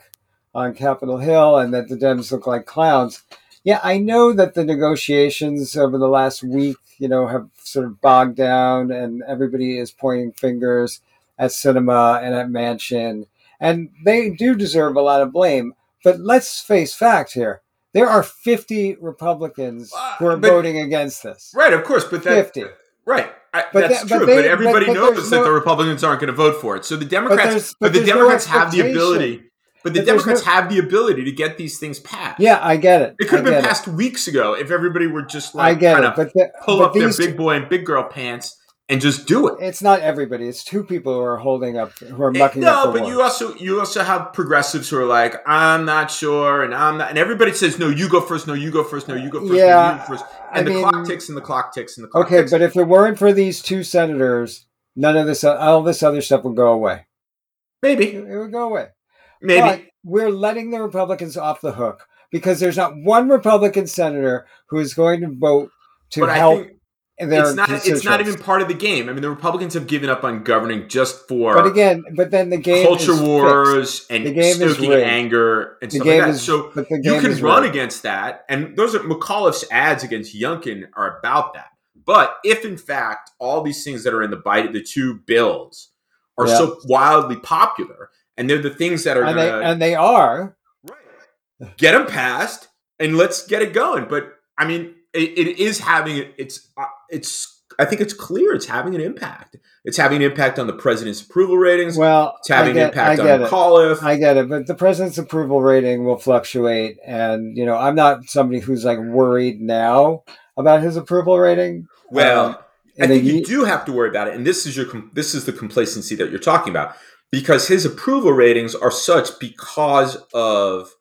[SPEAKER 2] on Capitol Hill and that the Dems look like clowns, yeah, I know that the negotiations over the last week, you know, have sort of bogged down, and everybody is pointing fingers at Cinema and at Mansion, and they do deserve a lot of blame. But let's face fact here: there are 50 Republicans who are
[SPEAKER 3] Uh, but-
[SPEAKER 2] voting against this.
[SPEAKER 3] right, of course, but that
[SPEAKER 2] 50.
[SPEAKER 3] right. I,
[SPEAKER 2] But
[SPEAKER 3] that's
[SPEAKER 2] that- but
[SPEAKER 3] true, but,
[SPEAKER 2] they- but-
[SPEAKER 3] everybody
[SPEAKER 2] but
[SPEAKER 3] knows
[SPEAKER 2] there's
[SPEAKER 3] that
[SPEAKER 2] no-
[SPEAKER 3] the Republicans aren't going to vote for it. So the Democrats,
[SPEAKER 2] there's-
[SPEAKER 3] but,
[SPEAKER 2] but
[SPEAKER 3] the
[SPEAKER 2] there's no
[SPEAKER 3] Democrats have the
[SPEAKER 2] expectation.
[SPEAKER 3] ability. But the
[SPEAKER 2] But there's
[SPEAKER 3] Democrats
[SPEAKER 2] no-
[SPEAKER 3] have the ability to get these things passed.
[SPEAKER 2] Yeah, I get it.
[SPEAKER 3] It could have
[SPEAKER 2] I
[SPEAKER 3] been
[SPEAKER 2] get it.
[SPEAKER 3] passed weeks ago if everybody were just
[SPEAKER 2] I
[SPEAKER 3] like
[SPEAKER 2] get
[SPEAKER 3] kind
[SPEAKER 2] it,
[SPEAKER 3] of
[SPEAKER 2] but, the,
[SPEAKER 3] pull
[SPEAKER 2] but
[SPEAKER 3] up
[SPEAKER 2] these
[SPEAKER 3] their big boy and big girl pants and just do it.
[SPEAKER 2] it's not everybody. It's two people who are holding up, who are
[SPEAKER 3] It-
[SPEAKER 2] mucking
[SPEAKER 3] Eh, no,
[SPEAKER 2] up the
[SPEAKER 3] but
[SPEAKER 2] war.
[SPEAKER 3] you also you also have progressives who are like, I'm not sure, and I'm not, and everybody says, no, you go first, no, you go first, no, you go first, no,
[SPEAKER 2] Yeah,
[SPEAKER 3] you go first, and
[SPEAKER 2] I
[SPEAKER 3] the
[SPEAKER 2] mean-
[SPEAKER 3] clock ticks and the clock ticks and the clock
[SPEAKER 2] okay,
[SPEAKER 3] ticks.
[SPEAKER 2] but if it weren't for these two senators, none of this, all this other stuff would go away. It
[SPEAKER 3] maybe,
[SPEAKER 2] it would go away.
[SPEAKER 3] maybe,
[SPEAKER 2] But we're letting the Republicans off the hook because there's not one Republican senator who is going to vote to
[SPEAKER 3] but I
[SPEAKER 2] help
[SPEAKER 3] think
[SPEAKER 2] their
[SPEAKER 3] it's not it's not
[SPEAKER 2] constituents.
[SPEAKER 3] even part of the game. I mean, the Republicans have given up on governing just for
[SPEAKER 2] But again, but then the game
[SPEAKER 3] culture
[SPEAKER 2] is fixed.
[SPEAKER 3] wars and
[SPEAKER 2] The game is
[SPEAKER 3] stoking
[SPEAKER 2] rigged.
[SPEAKER 3] anger and
[SPEAKER 2] The
[SPEAKER 3] stuff
[SPEAKER 2] game
[SPEAKER 3] like that.
[SPEAKER 2] is
[SPEAKER 3] so
[SPEAKER 2] but the
[SPEAKER 3] you
[SPEAKER 2] game
[SPEAKER 3] can
[SPEAKER 2] is
[SPEAKER 3] run
[SPEAKER 2] rigged.
[SPEAKER 3] against that, and those are McAuliffe's ads against Yunkin are about that. But if in fact all these things that are in the bite, the two bills are
[SPEAKER 2] Yeah.
[SPEAKER 3] so wildly popular, and they're the things that are
[SPEAKER 2] and they
[SPEAKER 3] going
[SPEAKER 2] and they are.
[SPEAKER 3] to get them passed, and let's get it going. But I mean, it, it is having it's uh, it's I think it's clear it's having an impact. It's having an impact on the president's approval ratings.
[SPEAKER 2] Well,
[SPEAKER 3] it's having
[SPEAKER 2] I get,
[SPEAKER 3] an impact
[SPEAKER 2] I
[SPEAKER 3] on
[SPEAKER 2] get it.
[SPEAKER 3] McAuliffe.
[SPEAKER 2] I um, get it, but the president's approval rating will fluctuate, and you know I'm not somebody who's like worried now about his approval rating.
[SPEAKER 3] Well,
[SPEAKER 2] Um,
[SPEAKER 3] I
[SPEAKER 2] and
[SPEAKER 3] think
[SPEAKER 2] then
[SPEAKER 3] you
[SPEAKER 2] he-
[SPEAKER 3] do have to worry about it, and this is your com- this is the complacency that you're talking about because his approval ratings are such because of,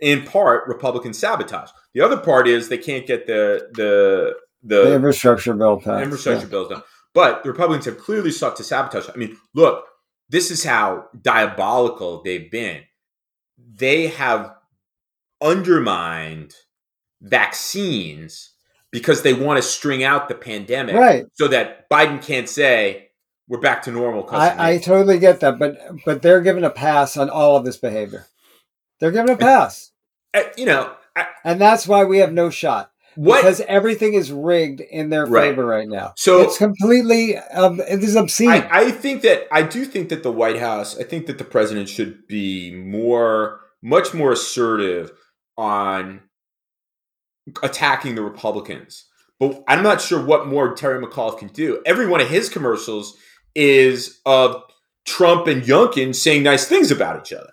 [SPEAKER 3] in part, Republican sabotage. The other part is they can't get the the
[SPEAKER 2] the
[SPEAKER 3] the
[SPEAKER 2] infrastructure bill passed.
[SPEAKER 3] infrastructure bills done. But the Republicans have clearly sought to sabotage. I mean, look, this is how diabolical they've been. They have undermined vaccines because they want to string out the pandemic
[SPEAKER 2] yeah. right?
[SPEAKER 3] so that Biden can't say we're back to normal. cousin."
[SPEAKER 2] I, I totally get that, but but they're given a pass on all of this behavior. They're given a pass,
[SPEAKER 3] Uh, you know I,
[SPEAKER 2] and that's why we have no shot
[SPEAKER 3] what?
[SPEAKER 2] because everything is rigged in their
[SPEAKER 3] Right.
[SPEAKER 2] favor right now.
[SPEAKER 3] So-
[SPEAKER 2] it's completely um, it is obscene.
[SPEAKER 3] I, I think that I do think that the White House, I think that the president should be more, much more assertive on attacking the Republicans. But I'm not sure what more Terry McAuliffe can do. Every one of his commercials is of Trump and Yunkin saying nice things about each other.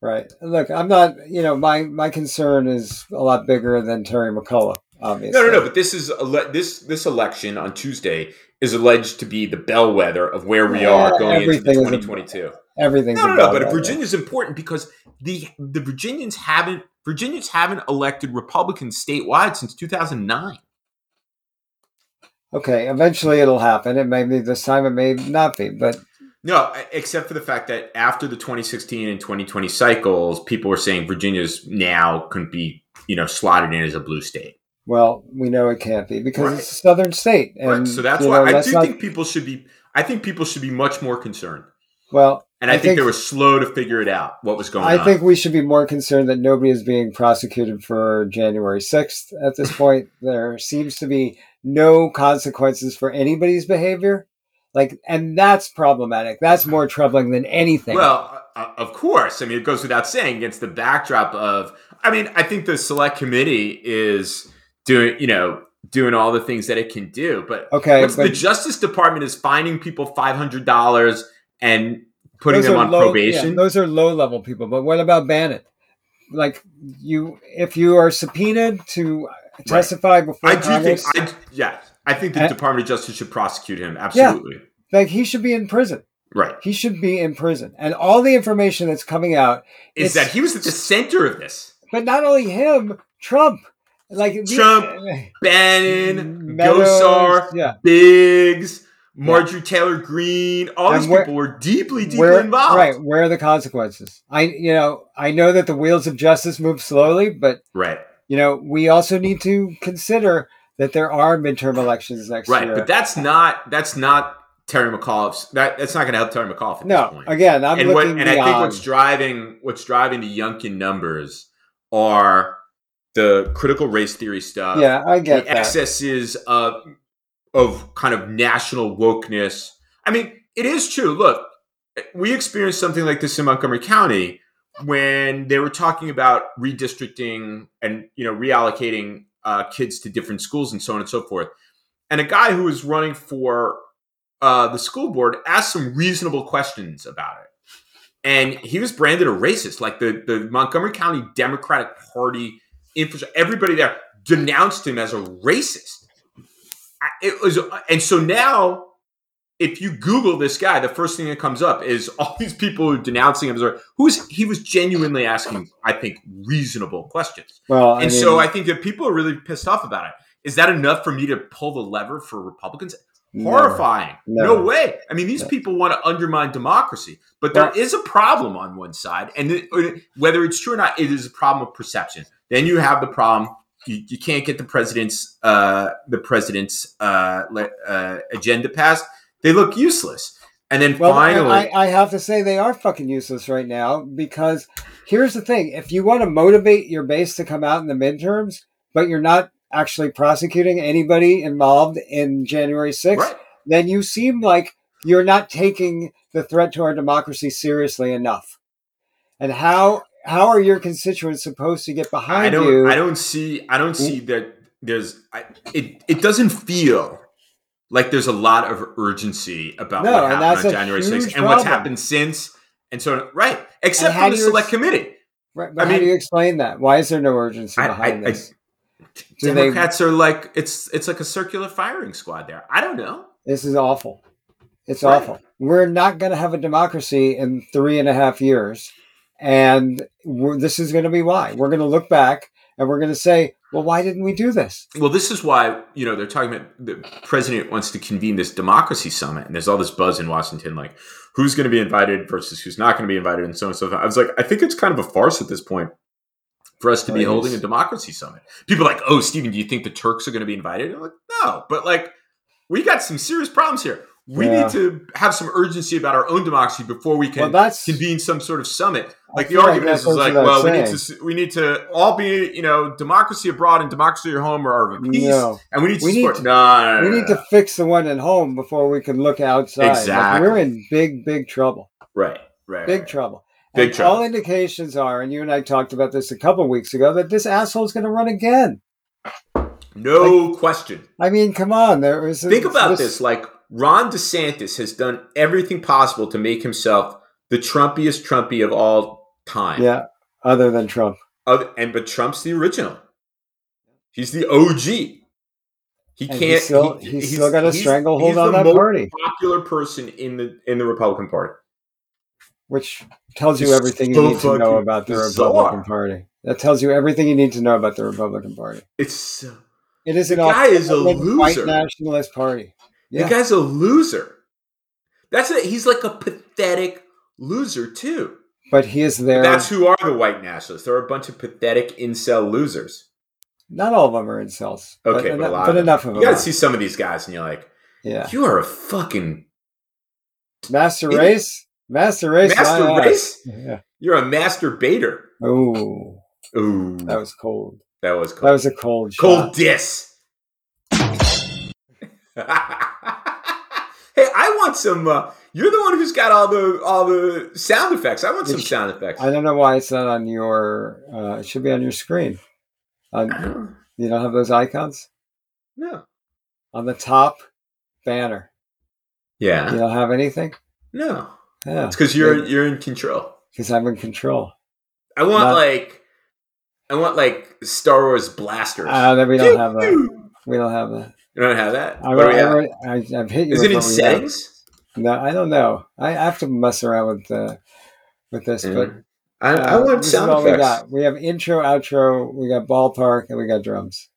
[SPEAKER 2] Right. Look, I'm not. You know, my my concern is a lot bigger than Terry McCullough. Obviously.
[SPEAKER 3] No, no, no. But this is ele- this this election on Tuesday is alleged to be the bellwether of where we are
[SPEAKER 2] Yeah,
[SPEAKER 3] going into the
[SPEAKER 2] everything is a-
[SPEAKER 3] 2022.
[SPEAKER 2] Everything's
[SPEAKER 3] No, no, no.
[SPEAKER 2] about
[SPEAKER 3] But
[SPEAKER 2] that.
[SPEAKER 3] Virginia's important because the the Virginians haven't Virginians haven't elected Republicans statewide since 2009.
[SPEAKER 2] Okay. Eventually, it'll happen. It may be this time. It may not be. But
[SPEAKER 3] No, e, except for the fact that after the 2016 and 2020 cycles, people were saying Virginia's now could be you know slotted in as a blue state.
[SPEAKER 2] well, we know it can't be because
[SPEAKER 3] Right.
[SPEAKER 2] it's a southern state. And,
[SPEAKER 3] Right. So that's
[SPEAKER 2] you
[SPEAKER 3] why
[SPEAKER 2] know,
[SPEAKER 3] I
[SPEAKER 2] that's
[SPEAKER 3] do
[SPEAKER 2] not-
[SPEAKER 3] think people should be. I think people should be much more concerned,
[SPEAKER 2] Well,
[SPEAKER 3] and I,
[SPEAKER 2] I
[SPEAKER 3] think,
[SPEAKER 2] think-
[SPEAKER 3] they were slow to figure it out what was going
[SPEAKER 2] I
[SPEAKER 3] on.
[SPEAKER 2] think we should be more concerned that nobody is being prosecuted for January 6th at this point. there seems to be no consequences for anybody's behavior. Like, and that's problematic. That's more troubling than anything.
[SPEAKER 3] Well, uh, of course. I mean, it goes without saying against the backdrop of. I mean, I think the select committee is doing, you know, doing all the things that it can do. But
[SPEAKER 2] okay,
[SPEAKER 3] what's
[SPEAKER 2] but
[SPEAKER 3] the Justice Department is finding people five hundred dollars and putting
[SPEAKER 2] Those
[SPEAKER 3] them
[SPEAKER 2] are
[SPEAKER 3] on
[SPEAKER 2] low-
[SPEAKER 3] probation.
[SPEAKER 2] yeah, those are low level people. But what about Bannon? Like you, if you are subpoenaed to testify before
[SPEAKER 3] I do
[SPEAKER 2] Congress,
[SPEAKER 3] think. I, yeah, I think the
[SPEAKER 2] And-
[SPEAKER 3] Department of Justice should prosecute him. Absolutely.
[SPEAKER 2] like he should be in prison.
[SPEAKER 3] Right.
[SPEAKER 2] He should be in prison. And all the information that's coming out
[SPEAKER 3] Is
[SPEAKER 2] It's-
[SPEAKER 3] that he was at the center of this?
[SPEAKER 2] but not only him, Trump. Like the-
[SPEAKER 3] Trump, Bannon,
[SPEAKER 2] Meadows,
[SPEAKER 3] Gosar,
[SPEAKER 2] yeah,
[SPEAKER 3] Biggs, Marjorie Taylor Greene, all
[SPEAKER 2] And
[SPEAKER 3] these
[SPEAKER 2] where-
[SPEAKER 3] people were deeply, deeply
[SPEAKER 2] where,
[SPEAKER 3] involved.
[SPEAKER 2] right? Where are the consequences? I, you know, I know that the wheels of justice move slowly, but
[SPEAKER 3] Right.
[SPEAKER 2] you know, we also need to consider that there are midterm elections next
[SPEAKER 3] Right.
[SPEAKER 2] year.
[SPEAKER 3] But that's not that's not Terry McAuliffe's that that's not gonna help Terry McAuliffe at
[SPEAKER 2] no,
[SPEAKER 3] this point.
[SPEAKER 2] again, I'm
[SPEAKER 3] and what
[SPEAKER 2] looking
[SPEAKER 3] and I
[SPEAKER 2] beyond.
[SPEAKER 3] think what's driving what's driving the Yunkin numbers are the critical race theory stuff.
[SPEAKER 2] yeah, I
[SPEAKER 3] the
[SPEAKER 2] get that.
[SPEAKER 3] excesses of of kind of national wokeness. I mean, it is true. Look, we experienced something like this in Montgomery County when they were talking about redistricting and you know reallocating uh, kids to different schools and so on and so forth. And a guy who was running for uh, the school board asked some reasonable questions about it. and he was branded a racist. Like the the Montgomery County Democratic Party infrastructure, everybody there denounced him as a racist. I- It was, and so now, if you Google this guy, the first thing that comes up is all these people who are denouncing him. Who's he was genuinely asking, I think, reasonable questions.
[SPEAKER 2] Well, I
[SPEAKER 3] and
[SPEAKER 2] mean,
[SPEAKER 3] so I think that people are really pissed off about it. Is that enough for me to pull the lever for Republicans?
[SPEAKER 2] no.
[SPEAKER 3] Horrifying.
[SPEAKER 2] No.
[SPEAKER 3] No, way. I mean, these
[SPEAKER 2] No.
[SPEAKER 3] people want to undermine democracy, but there is
[SPEAKER 2] Well-
[SPEAKER 3] a problem on one side. And it- whether it's true or not, it is a problem of perception. Then you have the problem. You, you can't get the president's uh, the president's uh, le- uh, agenda passed. They look useless. And then
[SPEAKER 2] Well,
[SPEAKER 3] finally,
[SPEAKER 2] I, I have to say they are fucking useless right now because here's the thing: if you want to motivate your base to come out in the midterms, but you're not actually prosecuting anybody involved in January 6th,
[SPEAKER 3] right?
[SPEAKER 2] then you seem like you're not taking the threat to our democracy seriously enough. And how how are your constituents supposed to get behind
[SPEAKER 3] I don't.
[SPEAKER 2] you?
[SPEAKER 3] I don't see. I don't see that there's. I, it it doesn't feel like there's a lot of urgency about
[SPEAKER 2] No,
[SPEAKER 3] what
[SPEAKER 2] and
[SPEAKER 3] happened
[SPEAKER 2] that's
[SPEAKER 3] on
[SPEAKER 2] a
[SPEAKER 3] January
[SPEAKER 2] huge
[SPEAKER 3] 6th and what's
[SPEAKER 2] problem.
[SPEAKER 3] happened since, and so on. Right, except
[SPEAKER 2] how
[SPEAKER 3] for the
[SPEAKER 2] do you
[SPEAKER 3] select
[SPEAKER 2] ex-
[SPEAKER 3] committee.
[SPEAKER 2] Right, but
[SPEAKER 3] I
[SPEAKER 2] how do
[SPEAKER 3] mean-
[SPEAKER 2] you explain that? Why is there no urgency
[SPEAKER 3] I-
[SPEAKER 2] behind
[SPEAKER 3] I- I-
[SPEAKER 2] this? Do they-
[SPEAKER 3] Democrats are like it's it's like a circular firing squad. There, I don't know.
[SPEAKER 2] This is awful. It's
[SPEAKER 3] Right.
[SPEAKER 2] awful. We're not going to have a democracy in three and a half years. And we're, this is going to be why. We're going to look back and we're going to say, well, why didn't we do this?
[SPEAKER 3] Well, this is why you know they're talking about the president wants to convene this democracy summit, and there's all this buzz in Washington, like who's going to be invited versus who's not going to be invited, and so on and so forth. I was like, I think it's kind of a farce at this point for us to be
[SPEAKER 2] Right.
[SPEAKER 3] holding a democracy summit. People are like, oh, Stephen, do you think the Turks are going to be invited? I'm like, no, but like we got some serious problems here. We
[SPEAKER 2] Yeah.
[SPEAKER 3] need to have some urgency about our own democracy before we
[SPEAKER 2] Well,
[SPEAKER 3] can
[SPEAKER 2] that's
[SPEAKER 3] convene some sort of summit. Like the
[SPEAKER 2] feel like
[SPEAKER 3] argument
[SPEAKER 2] that
[SPEAKER 3] is,
[SPEAKER 2] goes
[SPEAKER 3] is like,
[SPEAKER 2] without
[SPEAKER 3] well, we
[SPEAKER 2] saying.
[SPEAKER 3] need to we need to all be you know democracy abroad and democracy at home are of a piece,
[SPEAKER 2] No.
[SPEAKER 3] and we need to
[SPEAKER 2] We need
[SPEAKER 3] support.
[SPEAKER 2] to-
[SPEAKER 3] no, no, no,
[SPEAKER 2] we
[SPEAKER 3] no,
[SPEAKER 2] need to
[SPEAKER 3] no.
[SPEAKER 2] fix the one at home before we can look outside. Like,
[SPEAKER 3] Exactly.
[SPEAKER 2] we're in big, big trouble.
[SPEAKER 3] right, right,
[SPEAKER 2] Big
[SPEAKER 3] right.
[SPEAKER 2] trouble.
[SPEAKER 3] Big
[SPEAKER 2] and
[SPEAKER 3] trouble.
[SPEAKER 2] All indications are, and you and I talked about this a couple weeks ago, that this asshole's going to run again.
[SPEAKER 3] no question.
[SPEAKER 2] I mean, come on. There is
[SPEAKER 3] Think about this. Like Ron DeSantis has done everything possible to make himself the Trumpiest Trumpy of all time.
[SPEAKER 2] Yeah, other than Trump.
[SPEAKER 3] Other, and but Trump's the original. He's the OG. He
[SPEAKER 2] And
[SPEAKER 3] can't.
[SPEAKER 2] he's still,
[SPEAKER 3] he-
[SPEAKER 2] he's still got a
[SPEAKER 3] he's-
[SPEAKER 2] stranglehold
[SPEAKER 3] he's
[SPEAKER 2] on
[SPEAKER 3] the
[SPEAKER 2] that
[SPEAKER 3] most
[SPEAKER 2] party,
[SPEAKER 3] Popular person in the in the Republican Party.
[SPEAKER 2] which tells you
[SPEAKER 3] It's
[SPEAKER 2] everything
[SPEAKER 3] so
[SPEAKER 2] you need to know
[SPEAKER 3] fucking
[SPEAKER 2] about the
[SPEAKER 3] bizarre.
[SPEAKER 2] Republican Party. That tells you everything you need to know about the Republican Party.
[SPEAKER 3] It's so
[SPEAKER 2] It is
[SPEAKER 3] The
[SPEAKER 2] an
[SPEAKER 3] guy is a
[SPEAKER 2] awful white
[SPEAKER 3] loser.
[SPEAKER 2] nationalist party. Yeah.
[SPEAKER 3] The guy's a loser. That's it. He's like a pathetic loser too.
[SPEAKER 2] But he is there.
[SPEAKER 3] That's who are the white nationalists. They're a bunch of pathetic incel losers.
[SPEAKER 2] Not all of them are incels.
[SPEAKER 3] Okay,
[SPEAKER 2] but,
[SPEAKER 3] but,
[SPEAKER 2] eno-
[SPEAKER 3] a lot.
[SPEAKER 2] but
[SPEAKER 3] of
[SPEAKER 2] enough
[SPEAKER 3] them.
[SPEAKER 2] of
[SPEAKER 3] You
[SPEAKER 2] them.
[SPEAKER 3] gotta see some of these guys, and you're like,
[SPEAKER 2] are. Yeah,
[SPEAKER 3] you are a fucking
[SPEAKER 2] master
[SPEAKER 3] It-
[SPEAKER 2] race, master race,
[SPEAKER 3] master
[SPEAKER 2] my ass.
[SPEAKER 3] race.
[SPEAKER 2] Yeah.
[SPEAKER 3] You're a master baiter.
[SPEAKER 2] Oh,
[SPEAKER 3] Ooh,
[SPEAKER 2] that was cold.
[SPEAKER 3] that was
[SPEAKER 2] That
[SPEAKER 3] cold.
[SPEAKER 2] was a cold.
[SPEAKER 3] cold
[SPEAKER 2] Shot.
[SPEAKER 3] diss. hey, I want some. Uh, you're the one who's got all the all the sound effects. I want some
[SPEAKER 2] It's-
[SPEAKER 3] sound effects.
[SPEAKER 2] I don't know why it's not on your. Uh, it should be on your screen. On,
[SPEAKER 3] don't
[SPEAKER 2] you don't have those icons
[SPEAKER 3] know.
[SPEAKER 2] on the top banner.
[SPEAKER 3] Yeah.
[SPEAKER 2] You don't have anything.
[SPEAKER 3] No.
[SPEAKER 2] Yeah,
[SPEAKER 3] It's because you're you're in control.
[SPEAKER 2] because I'm in control.
[SPEAKER 3] I want
[SPEAKER 2] Not-
[SPEAKER 3] like, I want like Star Wars blasters.
[SPEAKER 2] Uh, that we
[SPEAKER 3] You
[SPEAKER 2] don't have that. We don't have that.
[SPEAKER 3] You don't have that.
[SPEAKER 2] I,
[SPEAKER 3] What do we have?
[SPEAKER 2] I, I, have hit you.
[SPEAKER 3] Is
[SPEAKER 2] with
[SPEAKER 3] it in
[SPEAKER 2] what we have.
[SPEAKER 3] settings?
[SPEAKER 2] No, I don't know. I have to mess around with uh, with this, but
[SPEAKER 3] Mm. I, I
[SPEAKER 2] Uh,
[SPEAKER 3] want
[SPEAKER 2] this is
[SPEAKER 3] sound
[SPEAKER 2] all We,
[SPEAKER 3] effects.
[SPEAKER 2] got. we have intro, outro, we got ballpark, and we got drums.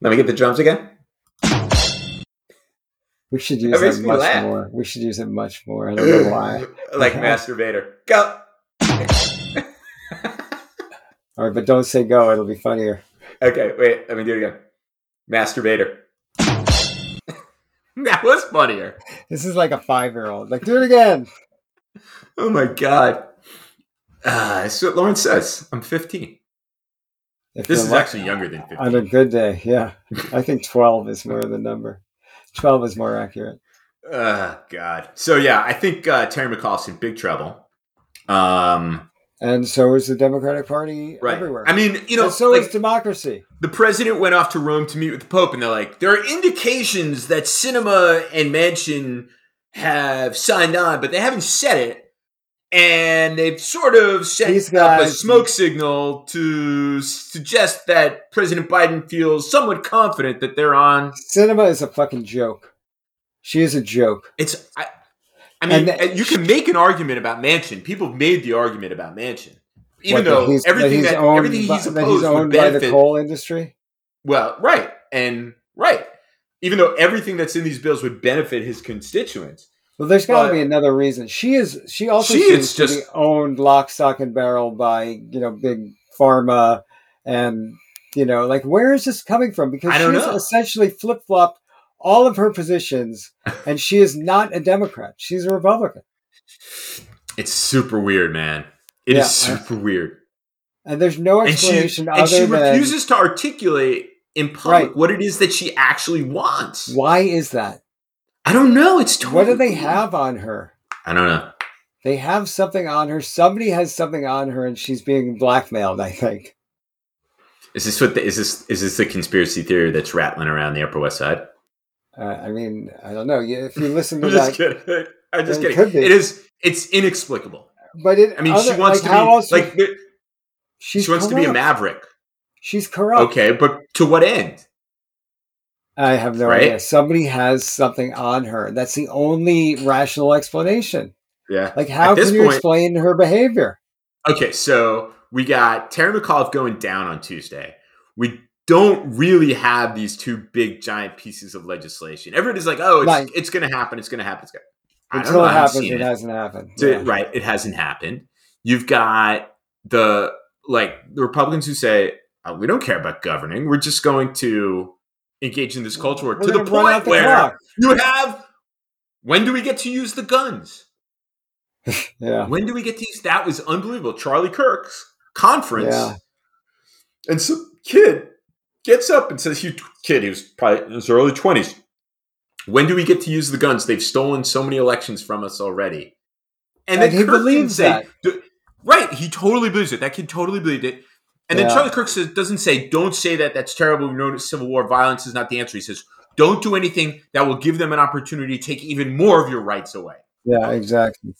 [SPEAKER 3] Let me get the drums again.
[SPEAKER 2] We should use
[SPEAKER 3] That
[SPEAKER 2] that,
[SPEAKER 3] makes me
[SPEAKER 2] much
[SPEAKER 3] laugh.
[SPEAKER 2] more. We should use it much more. I don't know why.
[SPEAKER 3] like masturbator. Go.
[SPEAKER 2] All right, but don't say go. It'll be funnier.
[SPEAKER 3] Okay, wait. Let me do it again. Masturbator. that was funnier.
[SPEAKER 2] This is like a five year old. Like, do it again.
[SPEAKER 3] Oh my god. Ah, that's what Lauren says. I'm 15.
[SPEAKER 2] If
[SPEAKER 3] This
[SPEAKER 2] you're
[SPEAKER 3] is
[SPEAKER 2] luck-
[SPEAKER 3] actually younger than 15.
[SPEAKER 2] on a good day. Yeah, I think twelve is more the number. Twelve is more accurate.
[SPEAKER 3] Oh God. So yeah, I think uh, Terry McAuliffe's in big trouble. Um,
[SPEAKER 2] And so is the Democratic Party
[SPEAKER 3] right.
[SPEAKER 2] everywhere.
[SPEAKER 3] I mean, you know,
[SPEAKER 2] and so
[SPEAKER 3] like,
[SPEAKER 2] is democracy.
[SPEAKER 3] the president went off to Rome to meet with the Pope, and they're like, there are indications that cinema and mansion have signed on, but they haven't said it. and they've sort of set
[SPEAKER 2] These
[SPEAKER 3] up a
[SPEAKER 2] guys-
[SPEAKER 3] smoke signal to suggest that President Biden feels somewhat confident that they're on.
[SPEAKER 2] Cinema is a fucking joke. She is a joke.
[SPEAKER 3] It's, I, I mean,
[SPEAKER 2] And that-
[SPEAKER 3] you can make an argument about Mansion. People have made the argument about Mansion,
[SPEAKER 2] What,
[SPEAKER 3] even though everything that,
[SPEAKER 2] owned
[SPEAKER 3] everything
[SPEAKER 2] by-
[SPEAKER 3] he's
[SPEAKER 2] that
[SPEAKER 3] opposed would
[SPEAKER 2] owned by the
[SPEAKER 3] benefit.
[SPEAKER 2] coal industry.
[SPEAKER 3] Well, right, and right, even though everything that's in these bills would benefit his constituents.
[SPEAKER 2] Well, there's got to
[SPEAKER 3] But-
[SPEAKER 2] be another reason. She is. She also
[SPEAKER 3] She
[SPEAKER 2] seems
[SPEAKER 3] is
[SPEAKER 2] to be
[SPEAKER 3] just-
[SPEAKER 2] owned lock, stock, and barrel by you know big pharma, and you know like where is this coming from? Because
[SPEAKER 3] I don't
[SPEAKER 2] she's
[SPEAKER 3] know.
[SPEAKER 2] essentially flip flopped all of her positions, and she is not a Democrat. She's a Republican,
[SPEAKER 3] It's super weird, man. It is
[SPEAKER 2] Yeah, I-
[SPEAKER 3] super weird.
[SPEAKER 2] and there's no
[SPEAKER 3] and she,
[SPEAKER 2] explanation
[SPEAKER 3] and
[SPEAKER 2] other
[SPEAKER 3] she
[SPEAKER 2] than
[SPEAKER 3] refuses to articulate in public
[SPEAKER 2] Right.
[SPEAKER 3] what it is that she actually wants.
[SPEAKER 2] why is that?
[SPEAKER 3] I don't know. It's totally
[SPEAKER 2] What do they
[SPEAKER 3] weird.
[SPEAKER 2] have on her?
[SPEAKER 3] I don't know.
[SPEAKER 2] They have something on her. Somebody has something on her, and she's being blackmailed. I think.
[SPEAKER 3] Is this what the, is this is this the conspiracy theory that's rattling around the Upper West Side?
[SPEAKER 2] Uh, I mean, I don't know. You- If you listen
[SPEAKER 3] I'm
[SPEAKER 2] to
[SPEAKER 3] just
[SPEAKER 2] that,
[SPEAKER 3] kidding. I'm just
[SPEAKER 2] It
[SPEAKER 3] kidding.
[SPEAKER 2] could be.
[SPEAKER 3] It is. It's inexplicable.
[SPEAKER 2] but it,
[SPEAKER 3] I mean,
[SPEAKER 2] other-
[SPEAKER 3] she wants
[SPEAKER 2] like, how else
[SPEAKER 3] to be like
[SPEAKER 2] would-
[SPEAKER 3] the-
[SPEAKER 2] she's
[SPEAKER 3] she wants to be a
[SPEAKER 2] corrupt. Oh.
[SPEAKER 3] maverick.
[SPEAKER 2] She's corrupt.
[SPEAKER 3] Okay, but to what end?
[SPEAKER 2] I have no
[SPEAKER 3] Right?
[SPEAKER 2] idea. Somebody has something on her. That's the only rational explanation.
[SPEAKER 3] Yeah.
[SPEAKER 2] Like, how
[SPEAKER 3] this
[SPEAKER 2] can you
[SPEAKER 3] point-
[SPEAKER 2] explain her behavior?
[SPEAKER 3] Okay, so we got Terry McAuliffe going down on Tuesday. We don't really have these two big giant pieces of legislation. Everybody's like, "Oh, it's
[SPEAKER 2] Right.
[SPEAKER 3] it's going to happen. It's going to happen. It's going." I don't
[SPEAKER 2] Until it
[SPEAKER 3] know. I haven't
[SPEAKER 2] happens,
[SPEAKER 3] seen
[SPEAKER 2] it,
[SPEAKER 3] it.
[SPEAKER 2] hasn't happened.
[SPEAKER 3] So,
[SPEAKER 2] Yeah.
[SPEAKER 3] Right, it hasn't happened. You've got the like the Republicans who say "Oh, we don't care about governing. We're just going to engage in this culture war
[SPEAKER 2] We're
[SPEAKER 3] to the
[SPEAKER 2] gonna run out
[SPEAKER 3] point
[SPEAKER 2] the
[SPEAKER 3] where
[SPEAKER 2] clock.
[SPEAKER 3] you have. When do we get to use the guns?
[SPEAKER 2] yeah,
[SPEAKER 3] When do we get these? That was unbelievable. Charlie Kirk's conference.
[SPEAKER 2] Yeah.
[SPEAKER 3] And some kid gets up and says, "You kid, he was probably in his early twenties. When do we get to use the guns? They've stolen so many elections from us already." And,
[SPEAKER 2] And
[SPEAKER 3] then
[SPEAKER 2] he
[SPEAKER 3] Kirk
[SPEAKER 2] believes
[SPEAKER 3] didn't say, "D- right? He totally believes it. That kid totally believed it. And then
[SPEAKER 2] Yeah.
[SPEAKER 3] Charlie Kirk says, doesn't say, "Don't say that. That's terrible. We know that civil war violence is not the answer." He says, "Don't do anything that will give them an opportunity to take even more of your rights away."
[SPEAKER 2] yeah, exactly.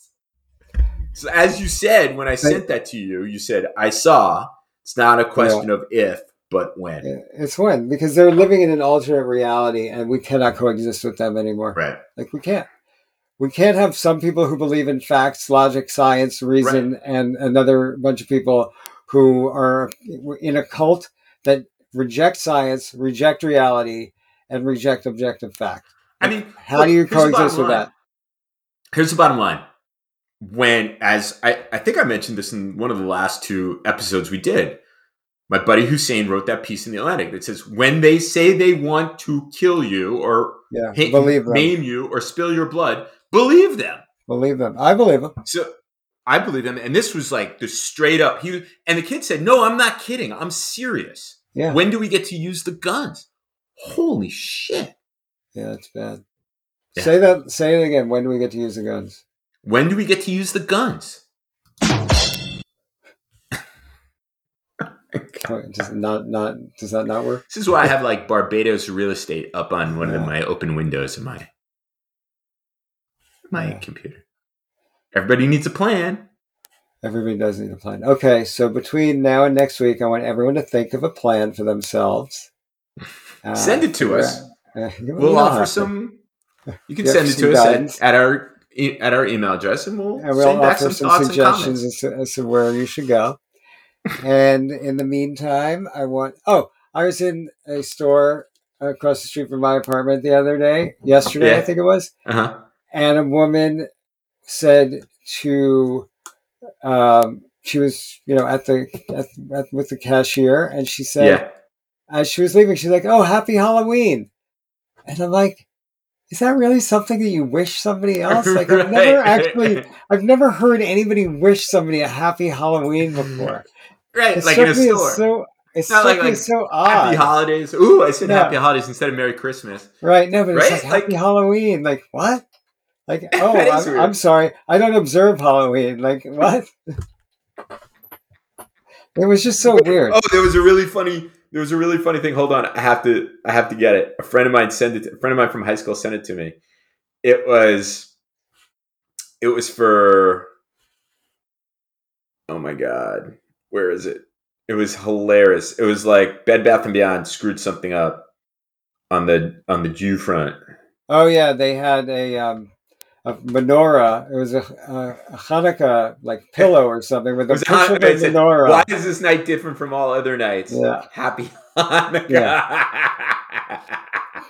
[SPEAKER 3] So as you said when I sent that to you, you said I saw. It's not a question of if, but when.
[SPEAKER 2] It's when because they're living in an alternate reality, and we cannot coexist with them anymore.
[SPEAKER 3] Right.
[SPEAKER 2] Like we can't. We can't have some people who believe in facts, logic, science, reason, and another bunch of people who are in a cult that reject science, reject reality, and reject objective fact.
[SPEAKER 3] I mean,
[SPEAKER 2] How do you
[SPEAKER 3] here's the
[SPEAKER 2] coexist
[SPEAKER 3] bottom
[SPEAKER 2] with
[SPEAKER 3] line.
[SPEAKER 2] that?
[SPEAKER 3] Here's the bottom line. When as I, I think I mentioned this in one of the last two episodes we did. My buddy Hussein wrote that piece in the Atlantic that says when they say they want to kill you or
[SPEAKER 2] Yeah,
[SPEAKER 3] hit,
[SPEAKER 2] believe them.
[SPEAKER 3] maim you or spill your blood, believe them.
[SPEAKER 2] Believe them. I believe them.
[SPEAKER 3] So I believe him, and this was like the straight up. He and the kid said, "No, I'm not kidding. I'm serious.
[SPEAKER 2] Yeah.
[SPEAKER 3] When do we get to use the guns? Holy shit!
[SPEAKER 2] Yeah, it's bad.
[SPEAKER 3] Yeah.
[SPEAKER 2] Say that. Say it again. When do we get to use the guns?
[SPEAKER 3] When do we get to use the guns?
[SPEAKER 2] Oh, Does it not not does that not work?
[SPEAKER 3] This is why I have like Barbados real estate up on one
[SPEAKER 2] Yeah.
[SPEAKER 3] of my open windows in my my
[SPEAKER 2] Yeah.
[SPEAKER 3] computer. Everybody needs a plan.
[SPEAKER 2] Everybody does need a plan. Okay, so between now and next week, I want everyone to think of a plan for themselves. Uh,
[SPEAKER 3] Send it to us.
[SPEAKER 2] uh, you- you
[SPEAKER 3] We'll
[SPEAKER 2] don't
[SPEAKER 3] offer
[SPEAKER 2] have to.
[SPEAKER 3] some. You can
[SPEAKER 2] Yeah,
[SPEAKER 3] send it
[SPEAKER 2] some
[SPEAKER 3] to us
[SPEAKER 2] guidance.
[SPEAKER 3] at, at our e- at our email address, and we'll,
[SPEAKER 2] And
[SPEAKER 3] send
[SPEAKER 2] we'll
[SPEAKER 3] back
[SPEAKER 2] offer
[SPEAKER 3] some,
[SPEAKER 2] some,
[SPEAKER 3] thoughts and
[SPEAKER 2] suggestions
[SPEAKER 3] comments.
[SPEAKER 2] as to, as to where you should go. and in the meantime, I want. Oh, I was in a store across the street from my apartment the other day, yesterday, I
[SPEAKER 3] Yeah.
[SPEAKER 2] think it was,
[SPEAKER 3] Uh huh.
[SPEAKER 2] and a woman said to um, she was you know at the at, at, with the cashier and she said
[SPEAKER 3] Yeah.
[SPEAKER 2] as she was leaving, she's like, "Oh, happy Halloween," and I'm like, "Is that really something that you wish somebody else?" Like I've never
[SPEAKER 3] Right.
[SPEAKER 2] actually, I've never heard anybody wish somebody a happy Halloween before.
[SPEAKER 3] Right,
[SPEAKER 2] It
[SPEAKER 3] like in
[SPEAKER 2] struck
[SPEAKER 3] a
[SPEAKER 2] me as
[SPEAKER 3] store.
[SPEAKER 2] so it's
[SPEAKER 3] Not
[SPEAKER 2] struck
[SPEAKER 3] like-
[SPEAKER 2] me
[SPEAKER 3] like,
[SPEAKER 2] as so odd,
[SPEAKER 3] happy holidays. Ooh, I said
[SPEAKER 2] No.
[SPEAKER 3] happy holidays instead of Merry Christmas.
[SPEAKER 2] right? No, but it's
[SPEAKER 3] Right?
[SPEAKER 2] like happy
[SPEAKER 3] Like-
[SPEAKER 2] Halloween. Like what? Like oh,
[SPEAKER 3] That is
[SPEAKER 2] I'm,
[SPEAKER 3] weird.
[SPEAKER 2] I'm sorry, I don't observe Halloween. Like what? it was just so weird.
[SPEAKER 3] Oh, there was a really funny there was a really funny thing. Hold on. I have to I have to get it. A friend of mine sent it to- a friend of mine from high school sent it to me. It was it was for Oh my god, where is it? It was hilarious. It was like Bed Bath and Beyond screwed something up on the on the Jew front.
[SPEAKER 2] Oh yeah, they had a um, a menorah. It was a, a Hanukkah like pillow or something with a
[SPEAKER 3] was
[SPEAKER 2] picture
[SPEAKER 3] Han-
[SPEAKER 2] of a
[SPEAKER 3] I said,
[SPEAKER 2] menorah.
[SPEAKER 3] Why is this night different from all other nights?
[SPEAKER 2] Yeah.
[SPEAKER 3] Happy Hanukkah.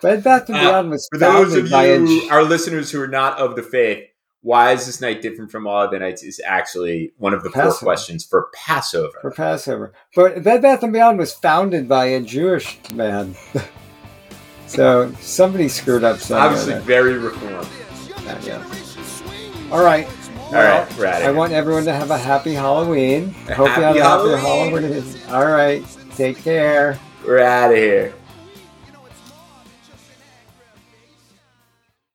[SPEAKER 2] Bed Bath and
[SPEAKER 3] Uh,
[SPEAKER 2] Beyond was
[SPEAKER 3] For those
[SPEAKER 2] founded
[SPEAKER 3] of
[SPEAKER 2] by a
[SPEAKER 3] you, our listeners who are not of the faith, why is this night different from all other nights? Is actually one of the
[SPEAKER 2] Passover.
[SPEAKER 3] four questions for Passover.
[SPEAKER 2] for Passover. But Bed Bath and Beyond was founded by a Jewish man. so somebody screwed up
[SPEAKER 3] Obviously,
[SPEAKER 2] something.
[SPEAKER 3] very reformed.
[SPEAKER 2] Yeah. All right.
[SPEAKER 3] All right, we're at
[SPEAKER 2] I
[SPEAKER 3] it.
[SPEAKER 2] want everyone to have a happy Halloween. Hope you have
[SPEAKER 3] Happy
[SPEAKER 2] a happy
[SPEAKER 3] Halloween.
[SPEAKER 2] Halloween. All right. Take care.
[SPEAKER 3] We're out of here.